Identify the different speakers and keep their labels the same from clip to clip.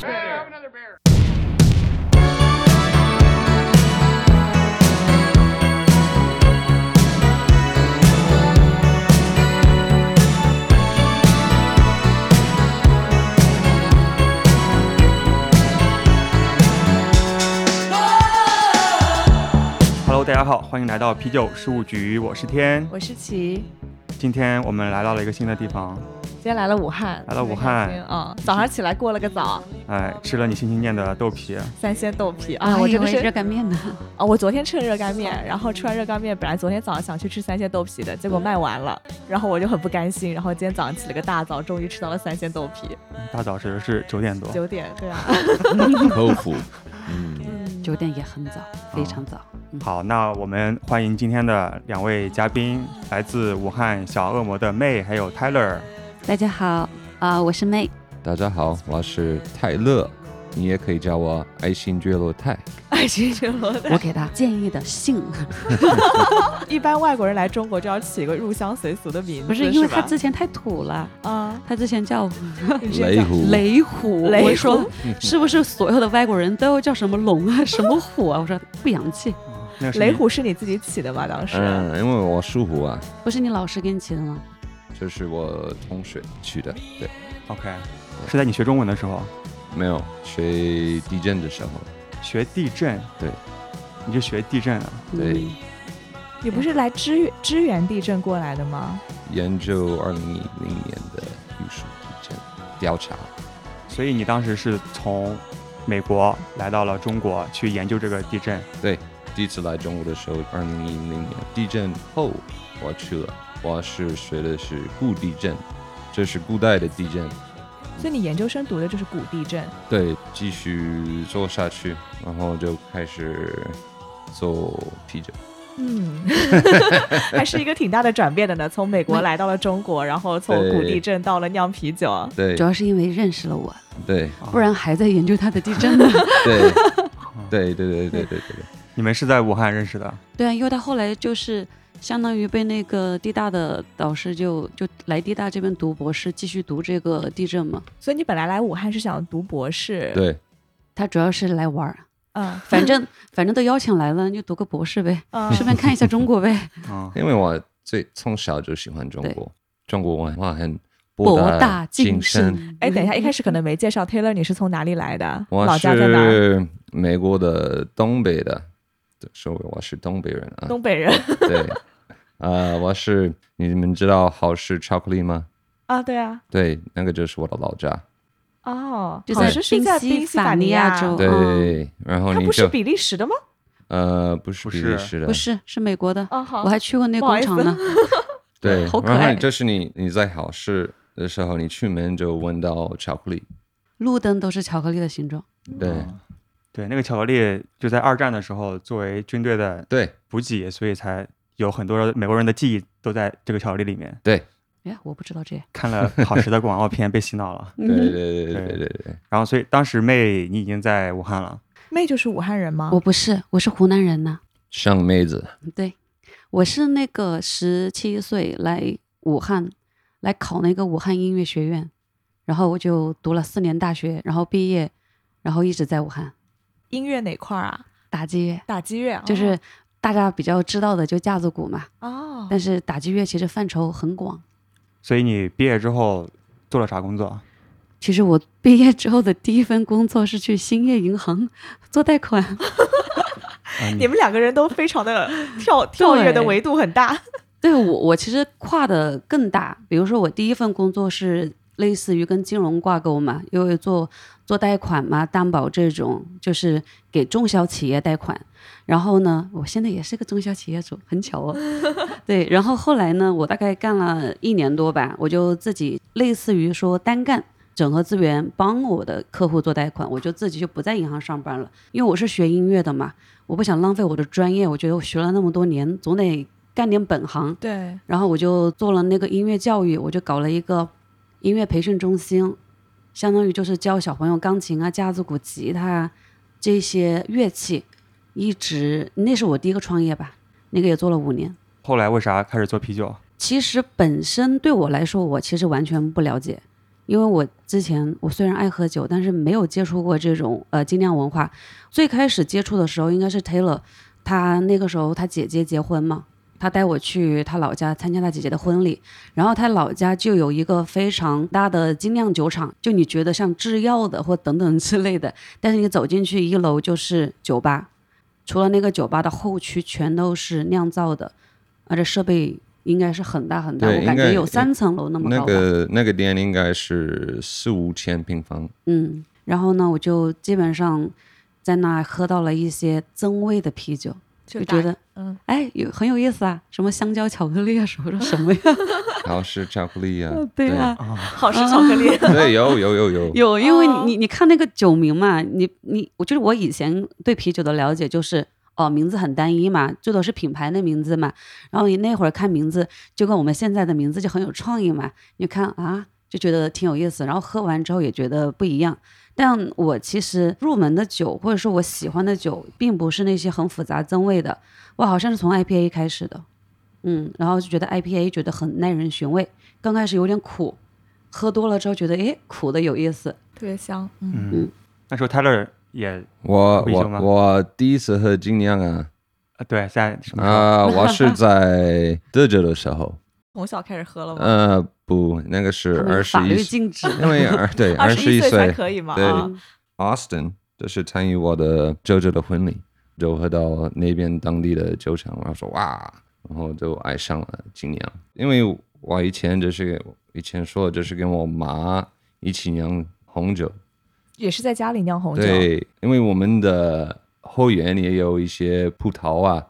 Speaker 1: Brother Bear.
Speaker 2: Hello，大家好，欢迎来到啤酒事务局，我是天。
Speaker 3: 我是琪，
Speaker 2: 今天我们来到了一个新的地方，
Speaker 3: 今天来了武汉，
Speaker 2: 来了武
Speaker 3: 特别开
Speaker 2: 汉
Speaker 3: 心嗯，早上起来过了个早，
Speaker 2: 哎，吃了你心心念的豆皮，
Speaker 3: 三鲜豆皮
Speaker 4: 啊，
Speaker 3: 啊，我
Speaker 4: 以
Speaker 3: 真的
Speaker 4: 为热
Speaker 3: 是
Speaker 4: 干面呢。
Speaker 3: 啊，我昨天吃了热干面，然后吃完热干面，本来昨天早上想去吃三鲜豆皮的，结果卖完了，然后我就很不甘心，然后今天早上起了个大早，终于吃到了三鲜豆皮，
Speaker 2: 大早时是九点多，
Speaker 3: 九点，对啊，
Speaker 5: 豆腐，嗯，
Speaker 4: 九点也很早，非常早。
Speaker 2: 好，那我们欢迎今天的两位嘉宾，来自武汉小恶魔的 May 还有 Tyler。
Speaker 4: 大家好啊、我是 May。
Speaker 5: 大家好，我是泰勒，你也可以叫我爱新觉罗泰。
Speaker 3: 爱情巡逻
Speaker 4: 我给他建议的姓
Speaker 3: 一般外国人来中国就要起一个入乡随俗的名字，
Speaker 4: 不是因为
Speaker 3: 吧
Speaker 4: 他之前太土了，
Speaker 3: 啊，
Speaker 4: 他之前叫
Speaker 3: 你直接
Speaker 5: 雷
Speaker 3: 讲
Speaker 5: 虎，
Speaker 4: 雷虎。
Speaker 3: 雷虎
Speaker 4: 我说是不是所有的外国人都叫什么龙啊、什么虎啊？我说不洋气，
Speaker 2: 哦那个是你
Speaker 3: 雷，虎是你自己起的吗？当时
Speaker 5: 嗯，因为我属虎啊，
Speaker 4: 不是你老师给你起的吗？
Speaker 5: 这是我同学取的，对，
Speaker 2: OK，是在你学中文的时候，
Speaker 5: 没有学地震的时候，
Speaker 2: 学地震，
Speaker 5: 对，
Speaker 2: 你就学地震啊，
Speaker 5: 对
Speaker 4: 嗯
Speaker 3: 你不是来支援支援地震过来的吗？
Speaker 5: 研究二零一零年的玉树地震调查，
Speaker 2: 所以你当时是从美国来到了中国去研究这个地震。
Speaker 5: 第一次来中国的时候，二零一零年地震后，我去了，我是学的是古地震，这是古代的地震，
Speaker 3: 所以你研究生读的就是古地震，
Speaker 5: 对，继续做下去，然后就开始做啤酒。
Speaker 3: 嗯， 还是一个挺大的转变的 呢。从美国来到了中国，然后从古地震到了酿啤酒，
Speaker 5: 对哦
Speaker 4: 主要是因为认识了我，
Speaker 5: 对
Speaker 2: 啊
Speaker 4: 不然还在研究他的地震呢。
Speaker 5: 对对对对对对对对，
Speaker 2: 你们是在武汉认识的，
Speaker 4: 对啊，因为他后来就是相当于被那个地大的导师就就来地大这边读博士，继续读这个地震嘛。
Speaker 3: 所以你本来来武汉是想读博士，，
Speaker 5: 对
Speaker 4: 他主要是来玩儿，
Speaker 3: 嗯
Speaker 4: 反正反正都邀请来了，就读个博士呗，
Speaker 3: 嗯，
Speaker 4: 顺便看一下中国呗。
Speaker 2: 嗯，
Speaker 5: 因为我最从小就喜欢中国，中国文化很
Speaker 4: 博
Speaker 5: 大
Speaker 4: 大
Speaker 5: 精
Speaker 4: 精
Speaker 5: 深。
Speaker 4: 深。
Speaker 3: 哎，等一下，一开始可能没介绍 Taylor，你是从哪里来的？
Speaker 5: 我
Speaker 3: 老家在哪儿？
Speaker 5: 是美国的东北的，对说我是东北人 啊。
Speaker 3: 东北人
Speaker 5: 对，呃，我是你们知道好事巧克力吗？
Speaker 3: 啊，对啊，
Speaker 5: 对，那个就是我的老家。
Speaker 3: 哦，
Speaker 4: 就
Speaker 3: 好
Speaker 4: 在
Speaker 3: 像是在宾
Speaker 4: 宾
Speaker 3: 夕
Speaker 4: 夕
Speaker 3: 法
Speaker 4: 法
Speaker 3: 尼
Speaker 4: 尼亚州
Speaker 5: 对，
Speaker 4: 哦
Speaker 5: 然后
Speaker 3: 它
Speaker 5: 你
Speaker 3: 不是
Speaker 5: 就
Speaker 3: 比利时的吗？
Speaker 5: 呃不是
Speaker 2: 不
Speaker 5: 比
Speaker 2: 是
Speaker 5: 利时的，
Speaker 4: 不是，是美国的，
Speaker 3: 哦，好，
Speaker 4: 我还去过那
Speaker 3: 不好
Speaker 4: 工
Speaker 3: 意思
Speaker 4: 厂呢。
Speaker 5: 对，
Speaker 4: 好可
Speaker 5: 然后
Speaker 4: 爱
Speaker 5: 就是你你在考试的时候，你出门就闻到巧克力，
Speaker 4: 路灯都是巧克力的形状，
Speaker 5: 对、
Speaker 4: 哦
Speaker 2: 嗯对，那个巧克力就在二战的时候作为军队的
Speaker 5: 对
Speaker 2: 补给，所以才有很多美国人的记忆都在这个巧克力里面。
Speaker 5: 对
Speaker 4: 哎，我不知道这。
Speaker 2: 看了好时的广告片被洗脑了，
Speaker 5: 对
Speaker 4: 嗯
Speaker 5: 对对对对对对，
Speaker 2: 然后所以当时妹你已经在武汉了，
Speaker 3: 妹就是武汉人吗？
Speaker 4: 我不是，我是湖南人呐、
Speaker 5: 像妹子，
Speaker 4: 对，我是那个十七岁来武汉，来考那个武汉音乐学院，然后我就读了四年大学，然后毕业，然后一直在武汉
Speaker 3: 音乐哪块儿啊？
Speaker 4: 打击乐，
Speaker 3: 打击乐，啊
Speaker 4: 就是大家比较知道的就架子鼓嘛，
Speaker 3: 哦，
Speaker 4: 但是打击乐其实范畴很广。
Speaker 2: 所以你毕业之后做了啥工作？啊
Speaker 4: 其实我毕业之后的第一份工作是去兴业银行做贷款，
Speaker 2: 啊
Speaker 3: 你们两个人都非常的 跳跳跃的维度很大，
Speaker 4: 对我我其实跨的更大，比如说我第一份工作是类似于跟金融挂钩嘛，因为做做贷款嘛、担保这种，就是给中小企业贷款。然后呢，我现在也是个中小企业主，很巧哦。对，然后后来呢，我大概干了一年多吧，我就自己类似于说单干。整合资源帮我的客户做贷款，我就自己就不在银行上班了，因为我是学音乐的嘛，我不想浪费我的专业，我觉得我学了那么多年，总得干点本行，
Speaker 3: 对，
Speaker 4: 然后我就做了那个音乐教育，我就搞了一个音乐培训中心，相当于就是教小朋友钢琴啊、架子鼓、吉他啊这些乐器。一直那是我第一个创业吧，那个也做了五年。
Speaker 2: 后来为啥开始做啤酒？
Speaker 4: 其实本身对我来说，我其实完全不了解，因为我之前我虽然爱喝酒，但是没有接触过这种呃精酿文化。最开始接触的时候应该是 Taylor，他那个时候他姐姐结婚嘛，他带我去他老家参加他姐姐的婚礼，然后他老家就有一个非常大的精酿酒厂，就你觉得像制药的或等 等之类的，但是你走进去一楼就是酒吧，除了那个酒吧的后区全都是酿造的，而且设备应该是很大很大，
Speaker 5: 对
Speaker 4: 我感
Speaker 5: 应该
Speaker 4: 觉有三层楼那么
Speaker 5: 那
Speaker 4: 高吧。啊
Speaker 5: 个那个店应该是四五千平方，
Speaker 4: 嗯，然后呢，我就基本上在那喝到了一些增味的啤酒，
Speaker 3: 就
Speaker 4: 就
Speaker 3: 打
Speaker 4: 觉得
Speaker 3: 嗯，
Speaker 4: 哎有很有意思啊，什么香蕉巧克力啊，什么什么什么呀，，
Speaker 5: 好是巧克力啊
Speaker 4: 对啊，
Speaker 3: 好吃巧 克力，
Speaker 5: 对，有有有有，
Speaker 4: 有，因为你
Speaker 3: 哦
Speaker 4: 你你看那个酒名嘛，你你，我就是我以前对啤酒的了解就是，哦，名字很单一嘛，最多是品牌的名字嘛。然后你那会儿看名字，就跟我们现在的名字就很有创意嘛。你看啊，就觉得挺有意思，然后喝完之后也觉得不一样。但我其实入门的酒，或者说我喜欢的酒，并不是那些很复杂增味的，我好像是从 IPA 开始的，嗯，然后就觉得 IPA 觉得很耐人寻味，刚开始有点苦，喝多了之后觉得诶苦的有意思，
Speaker 3: 特别香。嗯，
Speaker 2: 嗯
Speaker 4: 嗯，
Speaker 2: 那时候 Tyler 也
Speaker 5: 我
Speaker 2: 啤酒吗
Speaker 5: 我我第一次喝精酿啊
Speaker 2: 呃对，在什么时候？
Speaker 5: 啊，我是在德州的 时候，
Speaker 3: 从小开始喝了吗？
Speaker 5: 呃，不，那个是
Speaker 4: 哦他
Speaker 5: 二
Speaker 4: 们
Speaker 5: 十
Speaker 4: 法律
Speaker 5: 一，
Speaker 4: 禁 止。
Speaker 5: 因为二 对二十
Speaker 3: 一岁才
Speaker 5: 岁
Speaker 3: 可以嘛？
Speaker 5: 对
Speaker 3: 啊，
Speaker 5: ，Austin 就是参与我的舅舅的婚礼，就喝到那边当地的酒厂，然后说哇，然后就爱上了精酿，因为我以前就是以前说就是跟我妈一起酿红酒，
Speaker 3: 也是在家里酿红酒。
Speaker 5: 对，因为我们的后园也有一些葡萄啊，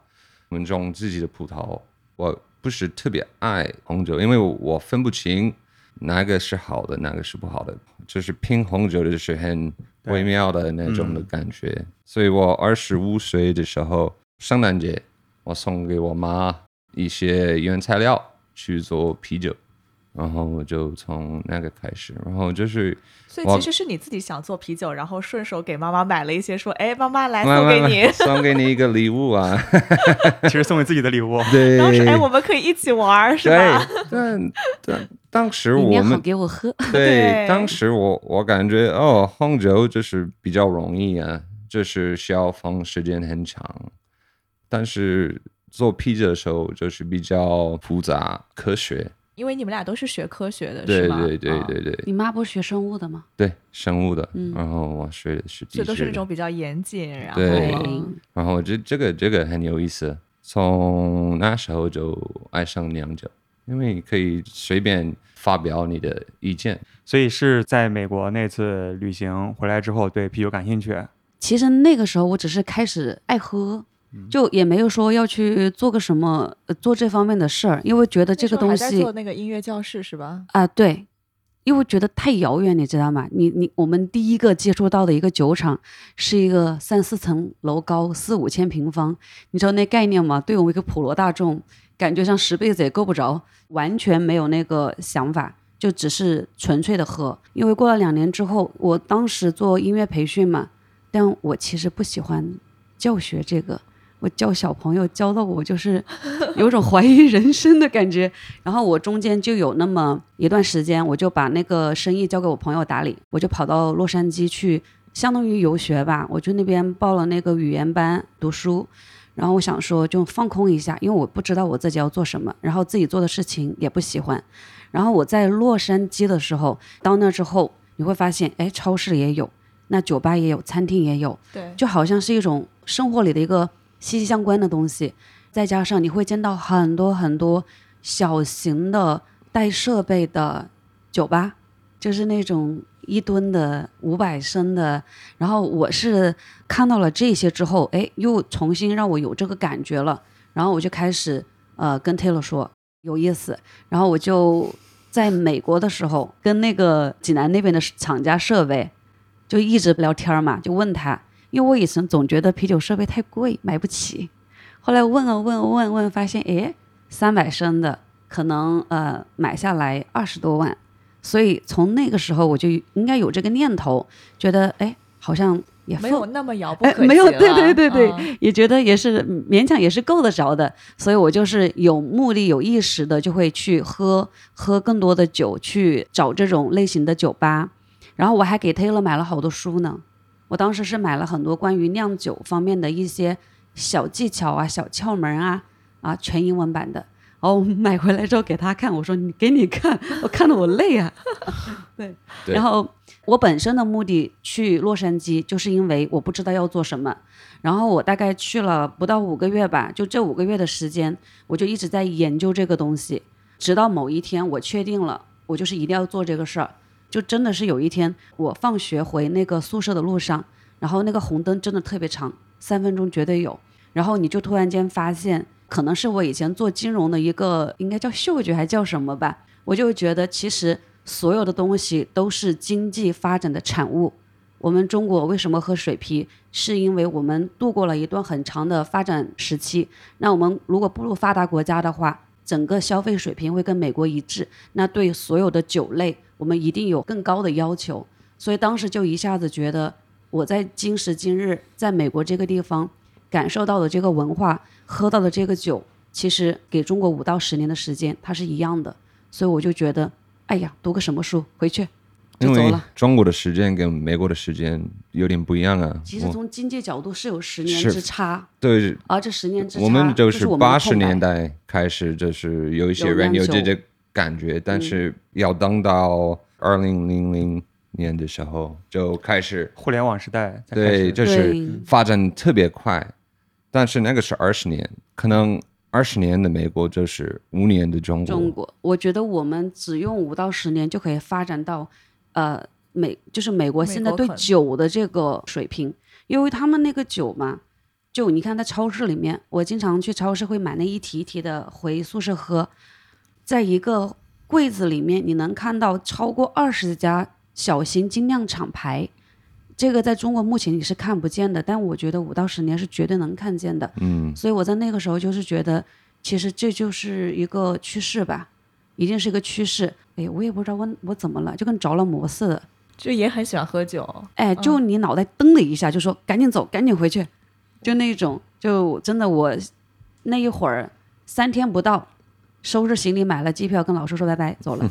Speaker 5: 我们种自己的葡萄。我不是特别爱红酒，因为我我分不清哪个是好的，哪个是不好的。就是拼红酒的就是很
Speaker 2: 对
Speaker 5: 微妙的那种的感觉。
Speaker 3: 嗯
Speaker 5: 所以我二十五岁的时候，圣诞节我送给我妈一些原材料去做啤酒。然后我就从那个开始，然后就是
Speaker 3: 所以
Speaker 5: 我
Speaker 3: 其实是你自己想做啤酒，然后顺手给妈妈买了一些，说：“哎，妈妈来
Speaker 5: 慢
Speaker 3: 送给
Speaker 5: 慢
Speaker 3: 你。
Speaker 5: 来送给你一个礼物啊，
Speaker 2: 其实送给自己的礼物，
Speaker 5: 对，
Speaker 3: 然后说：“哎，我们可以一起玩儿，是
Speaker 5: 对
Speaker 3: 吧？”，
Speaker 5: 但但当时
Speaker 4: 里
Speaker 5: 我
Speaker 4: 面好
Speaker 5: 们
Speaker 4: 给我喝，
Speaker 5: 对
Speaker 3: 对
Speaker 5: 当时我我感觉哦，红酒就是比较容易啊，就是需要放时间很长，但是做啤酒的时候就是比较复杂科学，
Speaker 3: 因为你们俩都是学科学的，
Speaker 5: 对
Speaker 3: 是吗？
Speaker 5: 对对
Speaker 3: 啊
Speaker 5: 对对
Speaker 4: 你妈不是学生物的吗？
Speaker 5: 对生物的，
Speaker 4: 嗯
Speaker 5: 然后我学的是地
Speaker 3: 所以都是
Speaker 5: 质
Speaker 3: 那
Speaker 5: 的
Speaker 3: 种比较严谨，然后
Speaker 5: 对
Speaker 4: 嗯
Speaker 5: 然后这这个这个很有意思，从那时候就爱上酿酒，因为可以随便发表你的意见。
Speaker 2: 所以是在美国那次旅行回来之后对啤酒感兴趣。
Speaker 4: 其实那个时候我只是开始爱喝，
Speaker 5: 嗯
Speaker 4: 就也没有说要去做个什么、呃、做这方面的事儿，因为觉得这个东
Speaker 3: 那时候还在
Speaker 4: 西
Speaker 3: 做那个音乐教室是吧？
Speaker 4: 啊、对，因为觉得太遥远，你知道吗？你你我们第一个接触到的一个酒厂是一个三四层楼高，四五千平方，你知道那概念吗？对我们一个普罗大众，感觉像十辈子也够不着，完全没有那个想法。就只是纯粹的喝，因为过了两年之后，我当时做音乐培训嘛，但我其实不喜欢教学这个，我教小朋友教到我就是有种怀疑人生的感觉。然后我中间就有那么一段时间，我就把那个生意交给我朋友打理，我就跑到洛杉矶去，相当于游学吧。我去那边报了那个语言班读书，然后我想说就放空一下，因为我不知道我自己要做什么，然后自己做的事情也不喜欢。然后我在洛杉矶的时候，到那之后你会发现，哎，超市也有，那酒吧也有，餐厅也有，
Speaker 3: 对，
Speaker 4: 就好像是一种生活里的一个息息相关的东西。再加上你会见到很多很多小型的带设备的酒吧，就是那种一吨的、五百升的。然后我是看到了这些之后，哎，又重新让我有这个感觉了。然后我就开始呃跟 Taylor 说有意思，然后我就在美国的时候跟那个济南那边的厂家设备就一直聊天嘛，就问他，因为我以前总觉得啤酒设备太贵，买不起。后来问啊问啊问啊问，发现诶，三百升的可能呃买下来二十多万，所以从那个时候我就应该有这个念头，觉得诶，好像也
Speaker 3: 没
Speaker 4: 付
Speaker 3: 有那么遥不
Speaker 4: 哎
Speaker 3: 可及了。
Speaker 4: 没有对对对对
Speaker 3: 嗯
Speaker 4: 也觉得也是嗯勉强也是够得着的，所以我就是有目的、有意识的就会去喝喝更多的酒，去找这种类型的酒吧。然后我还给 Taylor 买了好多书呢，我当时是买了很多关于酿酒方面的一些小技巧啊、小窍门啊啊，全英文版的。然后我买回来之后给他看，我说你给你看，我看得我累啊。
Speaker 5: 对
Speaker 4: 然后我本身的目的去洛杉矶，就是因为我不知道要做什么。然后我大概去了不到五个月吧，就这五个月的时间，我就一直在研究这个东西，直到某一天我确定了，我就是一定要做这个事儿。就真的是有一天，我放学回那个宿舍的路上，然后那个红灯真的特别长，三分钟绝对有。然后你就突然间发现，可能是我以前做金融的一个应该叫嗅觉还叫什么吧，我就觉得其实所有的东西都是经济发展的产物。我们中国为什么喝水啤？是因为我们度过了一段很长的发展时期。那我们如果步入发达国家的话，整个消费水平会跟美国一致。那对所有的酒类，我们一定有更高的要求。所以当时就一下子觉得，我在今时今日在美国这个地方感受到的这个文化，喝到的这个酒，其实给中国五到十年的时间，它是一样的。所以我就觉得，哎呀，读个什么书回去
Speaker 5: 因
Speaker 4: 就走
Speaker 5: 为
Speaker 4: 了。
Speaker 5: 中国的时间跟美国的时间有点不一样啊。
Speaker 4: 其实
Speaker 5: 我
Speaker 4: 从经济角度是有十年
Speaker 5: 是
Speaker 4: 之差，
Speaker 5: 对，
Speaker 4: 而这十年之差，
Speaker 5: 我们
Speaker 4: 就是我们的
Speaker 5: 八十
Speaker 4: 空白
Speaker 5: 年代开始，就是有一嗯些
Speaker 4: 有
Speaker 5: 人
Speaker 4: 酿
Speaker 5: 有这
Speaker 4: 酒
Speaker 5: 些感觉，但是要等到二零零零年的时候就开始，
Speaker 2: 互联网时代才开
Speaker 5: 对，
Speaker 2: 始，
Speaker 5: 就是
Speaker 4: 对
Speaker 5: 发展特别快。但是那个是二十年，可能二十年的美国就是五年的中国。
Speaker 4: 中国，我觉得我们只用五到十年就可以发展到，呃，美就是美国
Speaker 3: 美
Speaker 4: 现在
Speaker 3: 国
Speaker 4: 对
Speaker 3: 可
Speaker 4: 酒的这个水平，因为他们那个酒嘛，就你看在超市里面，我经常去超市会买那一提一提的回宿舍喝，在一个柜子里面你能看到超过二十家小型精酿厂牌。这个在中国目前你是看不见的，但我觉得五到十年是绝对能看见的。
Speaker 5: 嗯，
Speaker 4: 所以我在那个时候就是觉得，其实这就是一个趋势吧，一定是一个趋势。哎，我也不知道我我怎么了，就跟着了魔似的。
Speaker 3: 就也很喜欢喝酒，
Speaker 4: 哎，就
Speaker 3: 嗯
Speaker 4: 你脑袋噔的一下，就说赶紧走，赶紧回去，就那种，就真的我那一会儿三天不到，收拾行李买了机票，跟老师说拜拜 走了，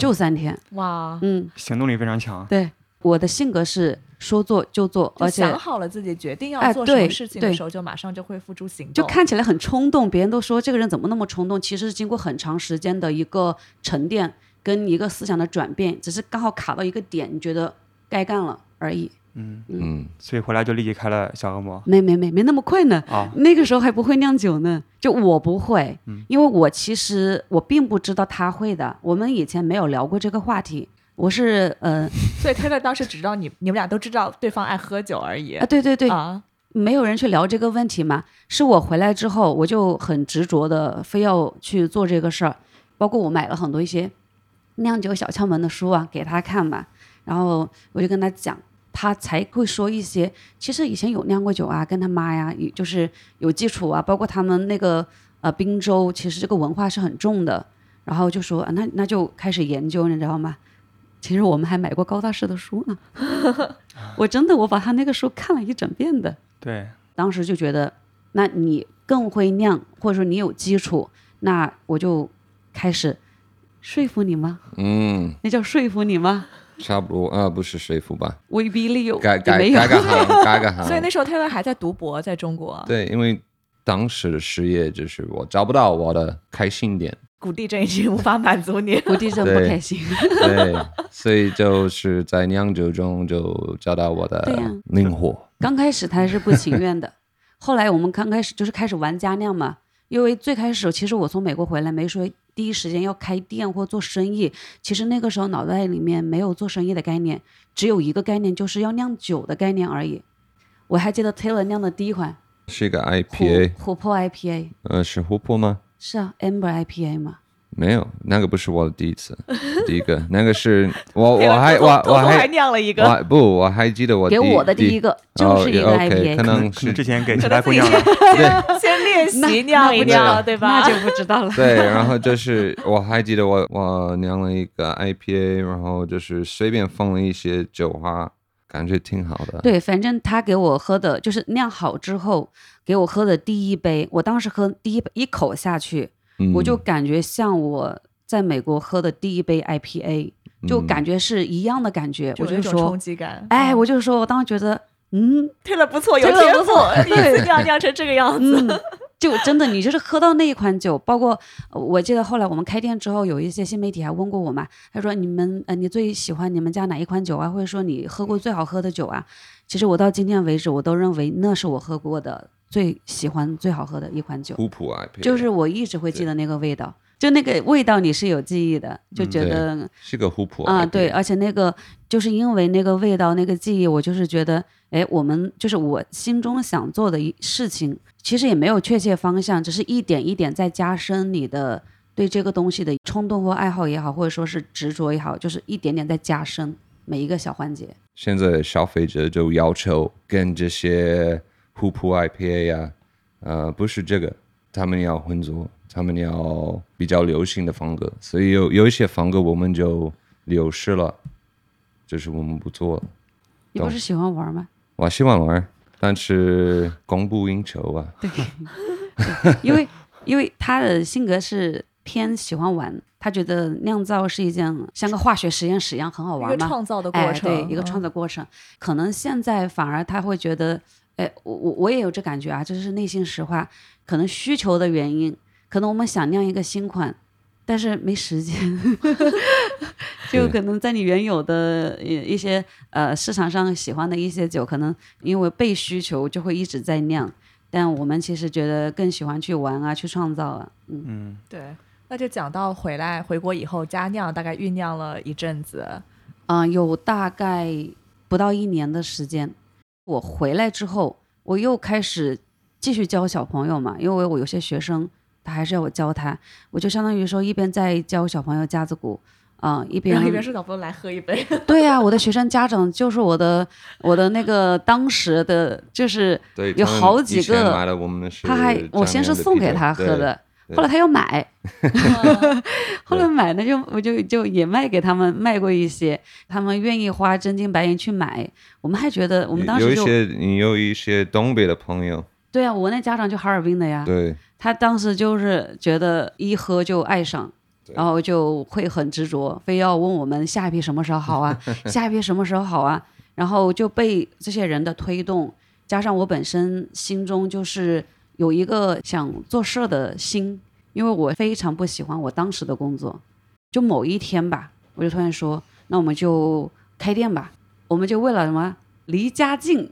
Speaker 4: 就三天。
Speaker 3: 哇，
Speaker 4: 嗯，
Speaker 2: 行动力非常强。
Speaker 4: 对，我的性格是说做就做，
Speaker 3: 就
Speaker 4: 而且
Speaker 3: 想好了自己决定要
Speaker 4: 哎
Speaker 3: 做什么
Speaker 4: 对
Speaker 3: 事情的
Speaker 4: 对
Speaker 3: 时候，就马上就会付诸行动。
Speaker 4: 就看起来很冲动，别人都说这个人怎么那么冲动，其实是经过很长时间的一个沉淀跟一个思想的转变，只是刚好卡到一个点，你觉得该干了而已。
Speaker 5: 嗯，
Speaker 2: 所以回来就立即开了小恶魔
Speaker 4: 没没没没那么快呢，
Speaker 2: 啊，
Speaker 4: 那个时候还不会酿酒呢，就我不会，因为我其实我并不知道他会的，我们以前没有聊过这个话题。我是呃
Speaker 3: 所以 Taylor 当时只知道你你们俩都知道对方爱喝酒而已。
Speaker 4: 啊对对对，
Speaker 3: 啊，
Speaker 4: 没有人去聊这个问题嘛。是我回来之后，我就很执着的非要去做这个事儿，包括我买了很多一些酿酒小窍门的书啊，给他看嘛。然后我就跟他讲，他才会说一些，其实以前有酿过酒啊，跟他妈呀，也就是有基础啊，包括他们那个呃滨州，其实这个文化是很重的。然后就说啊，那那就开始研究，你知道吗？其实我们还买过高大师的书呢， 我真的我把他那个书看了一整遍的。
Speaker 2: 对，
Speaker 4: 当时就觉得，那你更会酿，或者说你有基础，那我就开始说服你吗？
Speaker 5: 嗯，
Speaker 4: 那叫说服你吗？
Speaker 5: 差不多啊，不是说服吧？
Speaker 4: 威逼利诱
Speaker 5: 改
Speaker 4: 也
Speaker 5: 改
Speaker 4: 没有。
Speaker 5: 改，个行，改个 行。
Speaker 3: 所以那时候 Taylor 还在读博，在中国
Speaker 5: 啊对，因为当时的失业就是我找不到我的开心点，
Speaker 3: 谷地震已经无法满足你
Speaker 4: 我地震不
Speaker 5: 对
Speaker 4: 开心。
Speaker 5: 对，所以就是在酿酒中就找到我
Speaker 4: 对
Speaker 5: 的
Speaker 4: 呀
Speaker 5: 灵火。
Speaker 4: 刚开始他是不情愿的，后来我们刚开始就是开始玩家酿嘛，因为最开始其实我从美国回来没说第一时间要开店或做生意，其实那个时候脑袋里面没有做生意的概念，只有一个概念就是要酿酒的概念而已。我还记得 Taylor 酿的第一款
Speaker 5: 是一个
Speaker 4: 琥
Speaker 5: IPA，
Speaker 4: 琥珀 IPA，
Speaker 5: 呃，是琥珀吗？
Speaker 4: 是啊，amber IPA 嘛，
Speaker 5: 没有，那个不是我的第 一次，第一个，那个是我
Speaker 3: Taylor
Speaker 5: 我还
Speaker 3: 偷
Speaker 5: 我
Speaker 3: 偷偷
Speaker 5: 我
Speaker 3: 偷还
Speaker 5: 还
Speaker 3: 酿了一
Speaker 5: 我
Speaker 3: 个，
Speaker 5: 还不我还记得我
Speaker 4: 给我的哦第一个就是一个
Speaker 5: 哦，OK，可
Speaker 4: IPA，
Speaker 5: 能
Speaker 2: 可能
Speaker 5: 是
Speaker 2: 之前给
Speaker 3: 可
Speaker 2: 其
Speaker 3: 能
Speaker 2: 他
Speaker 3: 自
Speaker 2: 姑
Speaker 3: 己
Speaker 2: 娘了。
Speaker 3: 先 先练
Speaker 4: 那
Speaker 3: 习酿一
Speaker 4: 那不
Speaker 5: 知道
Speaker 3: 酿，对吧？
Speaker 4: 那就不知道了。
Speaker 5: 对，然后就是我 还记得我我酿了一个 IPA，然后就是随便放了一些酒花，感觉挺好的。，
Speaker 4: 对，反正他给我喝的就是酿好之后给我喝的第一杯，我当时喝第一一口下去，
Speaker 5: 嗯
Speaker 4: 我就感觉像我在美国喝的第一杯 IPA，就
Speaker 5: 嗯
Speaker 4: 感觉是一样的感觉。我
Speaker 3: 有一
Speaker 4: 就
Speaker 3: 种
Speaker 4: 说
Speaker 3: 冲，击嗯感。
Speaker 4: 哎，我就说我当时觉得，嗯
Speaker 3: 推了不错，有
Speaker 4: 推了
Speaker 3: 天
Speaker 4: 不
Speaker 3: 赋
Speaker 4: 错，
Speaker 3: 第一次酿酿成这个样子。
Speaker 4: 嗯，就真的你就是喝到那一款酒，包括呃我记得后来我们开店之后，有一些新媒体还问过我嘛，他说你们呃你最喜欢你们家哪一款酒啊，或者说你喝过最好喝的酒啊？其实我到今天为止，我都认为那是我喝过的最喜欢最好喝的一款酒。
Speaker 5: 普普 IPA，
Speaker 4: 就是我一直会记得那个味道，就那个味道你是有记忆的，就觉
Speaker 5: 对
Speaker 4: 得
Speaker 5: 是个普普
Speaker 4: 啊、
Speaker 5: IPA
Speaker 4: 对，而且那个就是因为那个味道、那个记忆，我就是觉得，哎，我们就是我心中想做的一事情，其实也没有确切方向，只是一点一点在加深你的对这个东西的冲动或爱好也好，或者说是执着也好，就是一点点在加深每一个小环节。
Speaker 5: 现在消费者就要求跟这些虎扑 IPA 呀、呃，不是这个，他们要混浊，他们要比较流行的风格，所以有有一些风格我们就流失了，就是我们不做了。
Speaker 4: 你不
Speaker 5: 懂
Speaker 4: 是喜欢玩 吗？
Speaker 5: 我希望玩，但是供不应求啊。
Speaker 4: 因为因为他的性格是偏喜欢玩，他觉得酿造是一件像个化学实验室一样很好
Speaker 3: 一
Speaker 4: 玩
Speaker 3: 个
Speaker 4: 嘛，
Speaker 3: 创造的
Speaker 4: 哎，
Speaker 3: 过程，嗯
Speaker 4: 对，一个创
Speaker 3: 造。
Speaker 4: 造过程。可能现在反而他会觉得，哎，我我我也有这感觉啊，这是内心实话。可能需求的原因，可能我们想酿一个新款，但是没时间， 就
Speaker 5: 对
Speaker 4: 可能在你原有的一一些呃市场上喜欢的一些酒，可能因为被需求就会一直在酿。但我们其实觉得更喜欢去玩啊，去创造啊，嗯，
Speaker 2: 嗯，
Speaker 3: 对，那就讲到回来回国以后加酿，大概酝酿了一阵子，
Speaker 4: 啊、有大概不到一年的时间。我回来之后，我又开始继续教小朋友嘛，因为我有些学生他还是要我教他，我就相当于说一边在教小朋友架子鼓，啊、一边
Speaker 3: 然后一边说小朋友来喝一 杯，
Speaker 4: 对呀、我的学生家长就是我的我的那个当时的就是
Speaker 5: 对，
Speaker 4: 有
Speaker 5: 他们
Speaker 4: 好几
Speaker 5: 以前
Speaker 4: 个
Speaker 5: 买的我们是
Speaker 4: 他还我先是送给他喝
Speaker 5: 对
Speaker 4: 的，
Speaker 5: 对
Speaker 4: 后来他又买，后来买呢就我就就也卖给他们卖过一些，他们愿意花真金白银去买，我们还觉得我们当
Speaker 5: 有
Speaker 4: 时
Speaker 5: 一
Speaker 4: 就
Speaker 5: 些你有一些东北的朋友，
Speaker 4: 对啊，我那家长就哈尔滨的呀，
Speaker 5: 对，
Speaker 4: 他当时就是觉得一喝就爱上。
Speaker 5: 对
Speaker 4: 然后就会很执着，非要问我们下一批什么时候好 啊，下一批什么时候好啊，然后就被这些人的推动，加上我本身心中就是有一个想做事儿的心，因为我非常不喜欢我当时的工作，就某一天吧，我就突然说，那我们就开店吧，我们就为了什么离家近，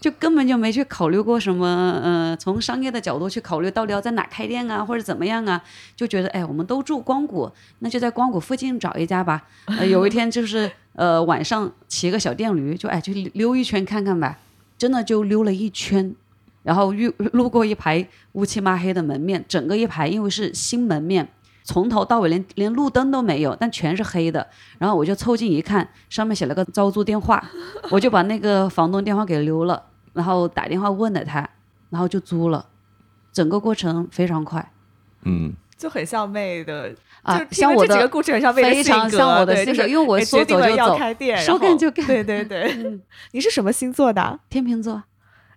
Speaker 4: 就根本就没去考虑过什么，呃，从商业的角度去考虑到底要在哪开店啊，或者怎么样啊，就觉得哎，我们都住光谷，那就在光谷附近找一家吧。呃，有一天就是呃晚上骑个小电驴，就哎去溜一圈看看吧，真的就溜了一圈。然后遇路过一排乌漆嘛黑的门面，整个一排因为是新门面，从头到尾连连路灯都没有，但全是黑的。然后我就凑近一看，上面写了个招租电话，我就把那个房东电话给留了，然后打电话问了他，然后就租了。整个过程非常快
Speaker 5: 嗯，
Speaker 3: 就很像妹的，
Speaker 4: 啊
Speaker 3: 就是，听
Speaker 4: 像
Speaker 3: 了
Speaker 4: 我
Speaker 3: 这几个
Speaker 4: 的
Speaker 3: 故事很像妹的
Speaker 4: 非
Speaker 3: 性
Speaker 4: 常
Speaker 3: 格
Speaker 4: 像我的
Speaker 3: 对
Speaker 4: 性
Speaker 3: 就
Speaker 4: 格
Speaker 3: 是
Speaker 4: 因为我
Speaker 3: 哎
Speaker 4: 说
Speaker 3: 决定
Speaker 4: 走
Speaker 3: 了
Speaker 4: 就
Speaker 3: 要
Speaker 4: 走
Speaker 3: 开店，然
Speaker 4: 说干
Speaker 3: 后
Speaker 4: 就干
Speaker 3: 对对对，
Speaker 4: 嗯
Speaker 3: 你是什么星座的？
Speaker 4: 天秤座，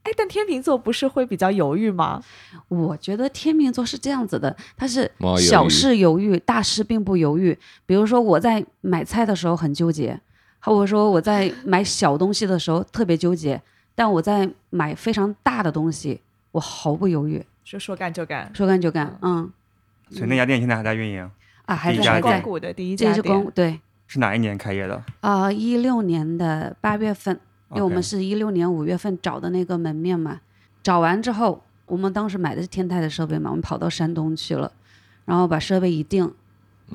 Speaker 3: 哎，但天秤座不是会比较犹豫吗？
Speaker 4: 我觉得天秤座是这样子的，他是
Speaker 5: 猫哦犹豫
Speaker 4: 小事犹豫，大事并不犹豫。比如说我在买菜的时候很纠结，或者说我在买小东西的时候特别纠结，但我在买非常大的东西，我毫不犹豫，
Speaker 3: 说说干就干，
Speaker 4: 说干就干。嗯，
Speaker 2: 所以那家店现在还在运营，
Speaker 4: 啊，还
Speaker 2: 第一
Speaker 4: 在
Speaker 2: 家店
Speaker 4: 还
Speaker 3: 光
Speaker 4: 在，
Speaker 3: 谷的第一
Speaker 4: 这
Speaker 3: 家
Speaker 4: 是
Speaker 3: 店
Speaker 4: 光，对
Speaker 2: 是哪一年开业的？
Speaker 4: 啊，一六年的八月份，因为我
Speaker 2: OK
Speaker 4: 们是一六年五月份找的那个门面嘛，找完之后，我们当时买的是天泰的设备嘛，我们跑到山东去了，然后把设备一定，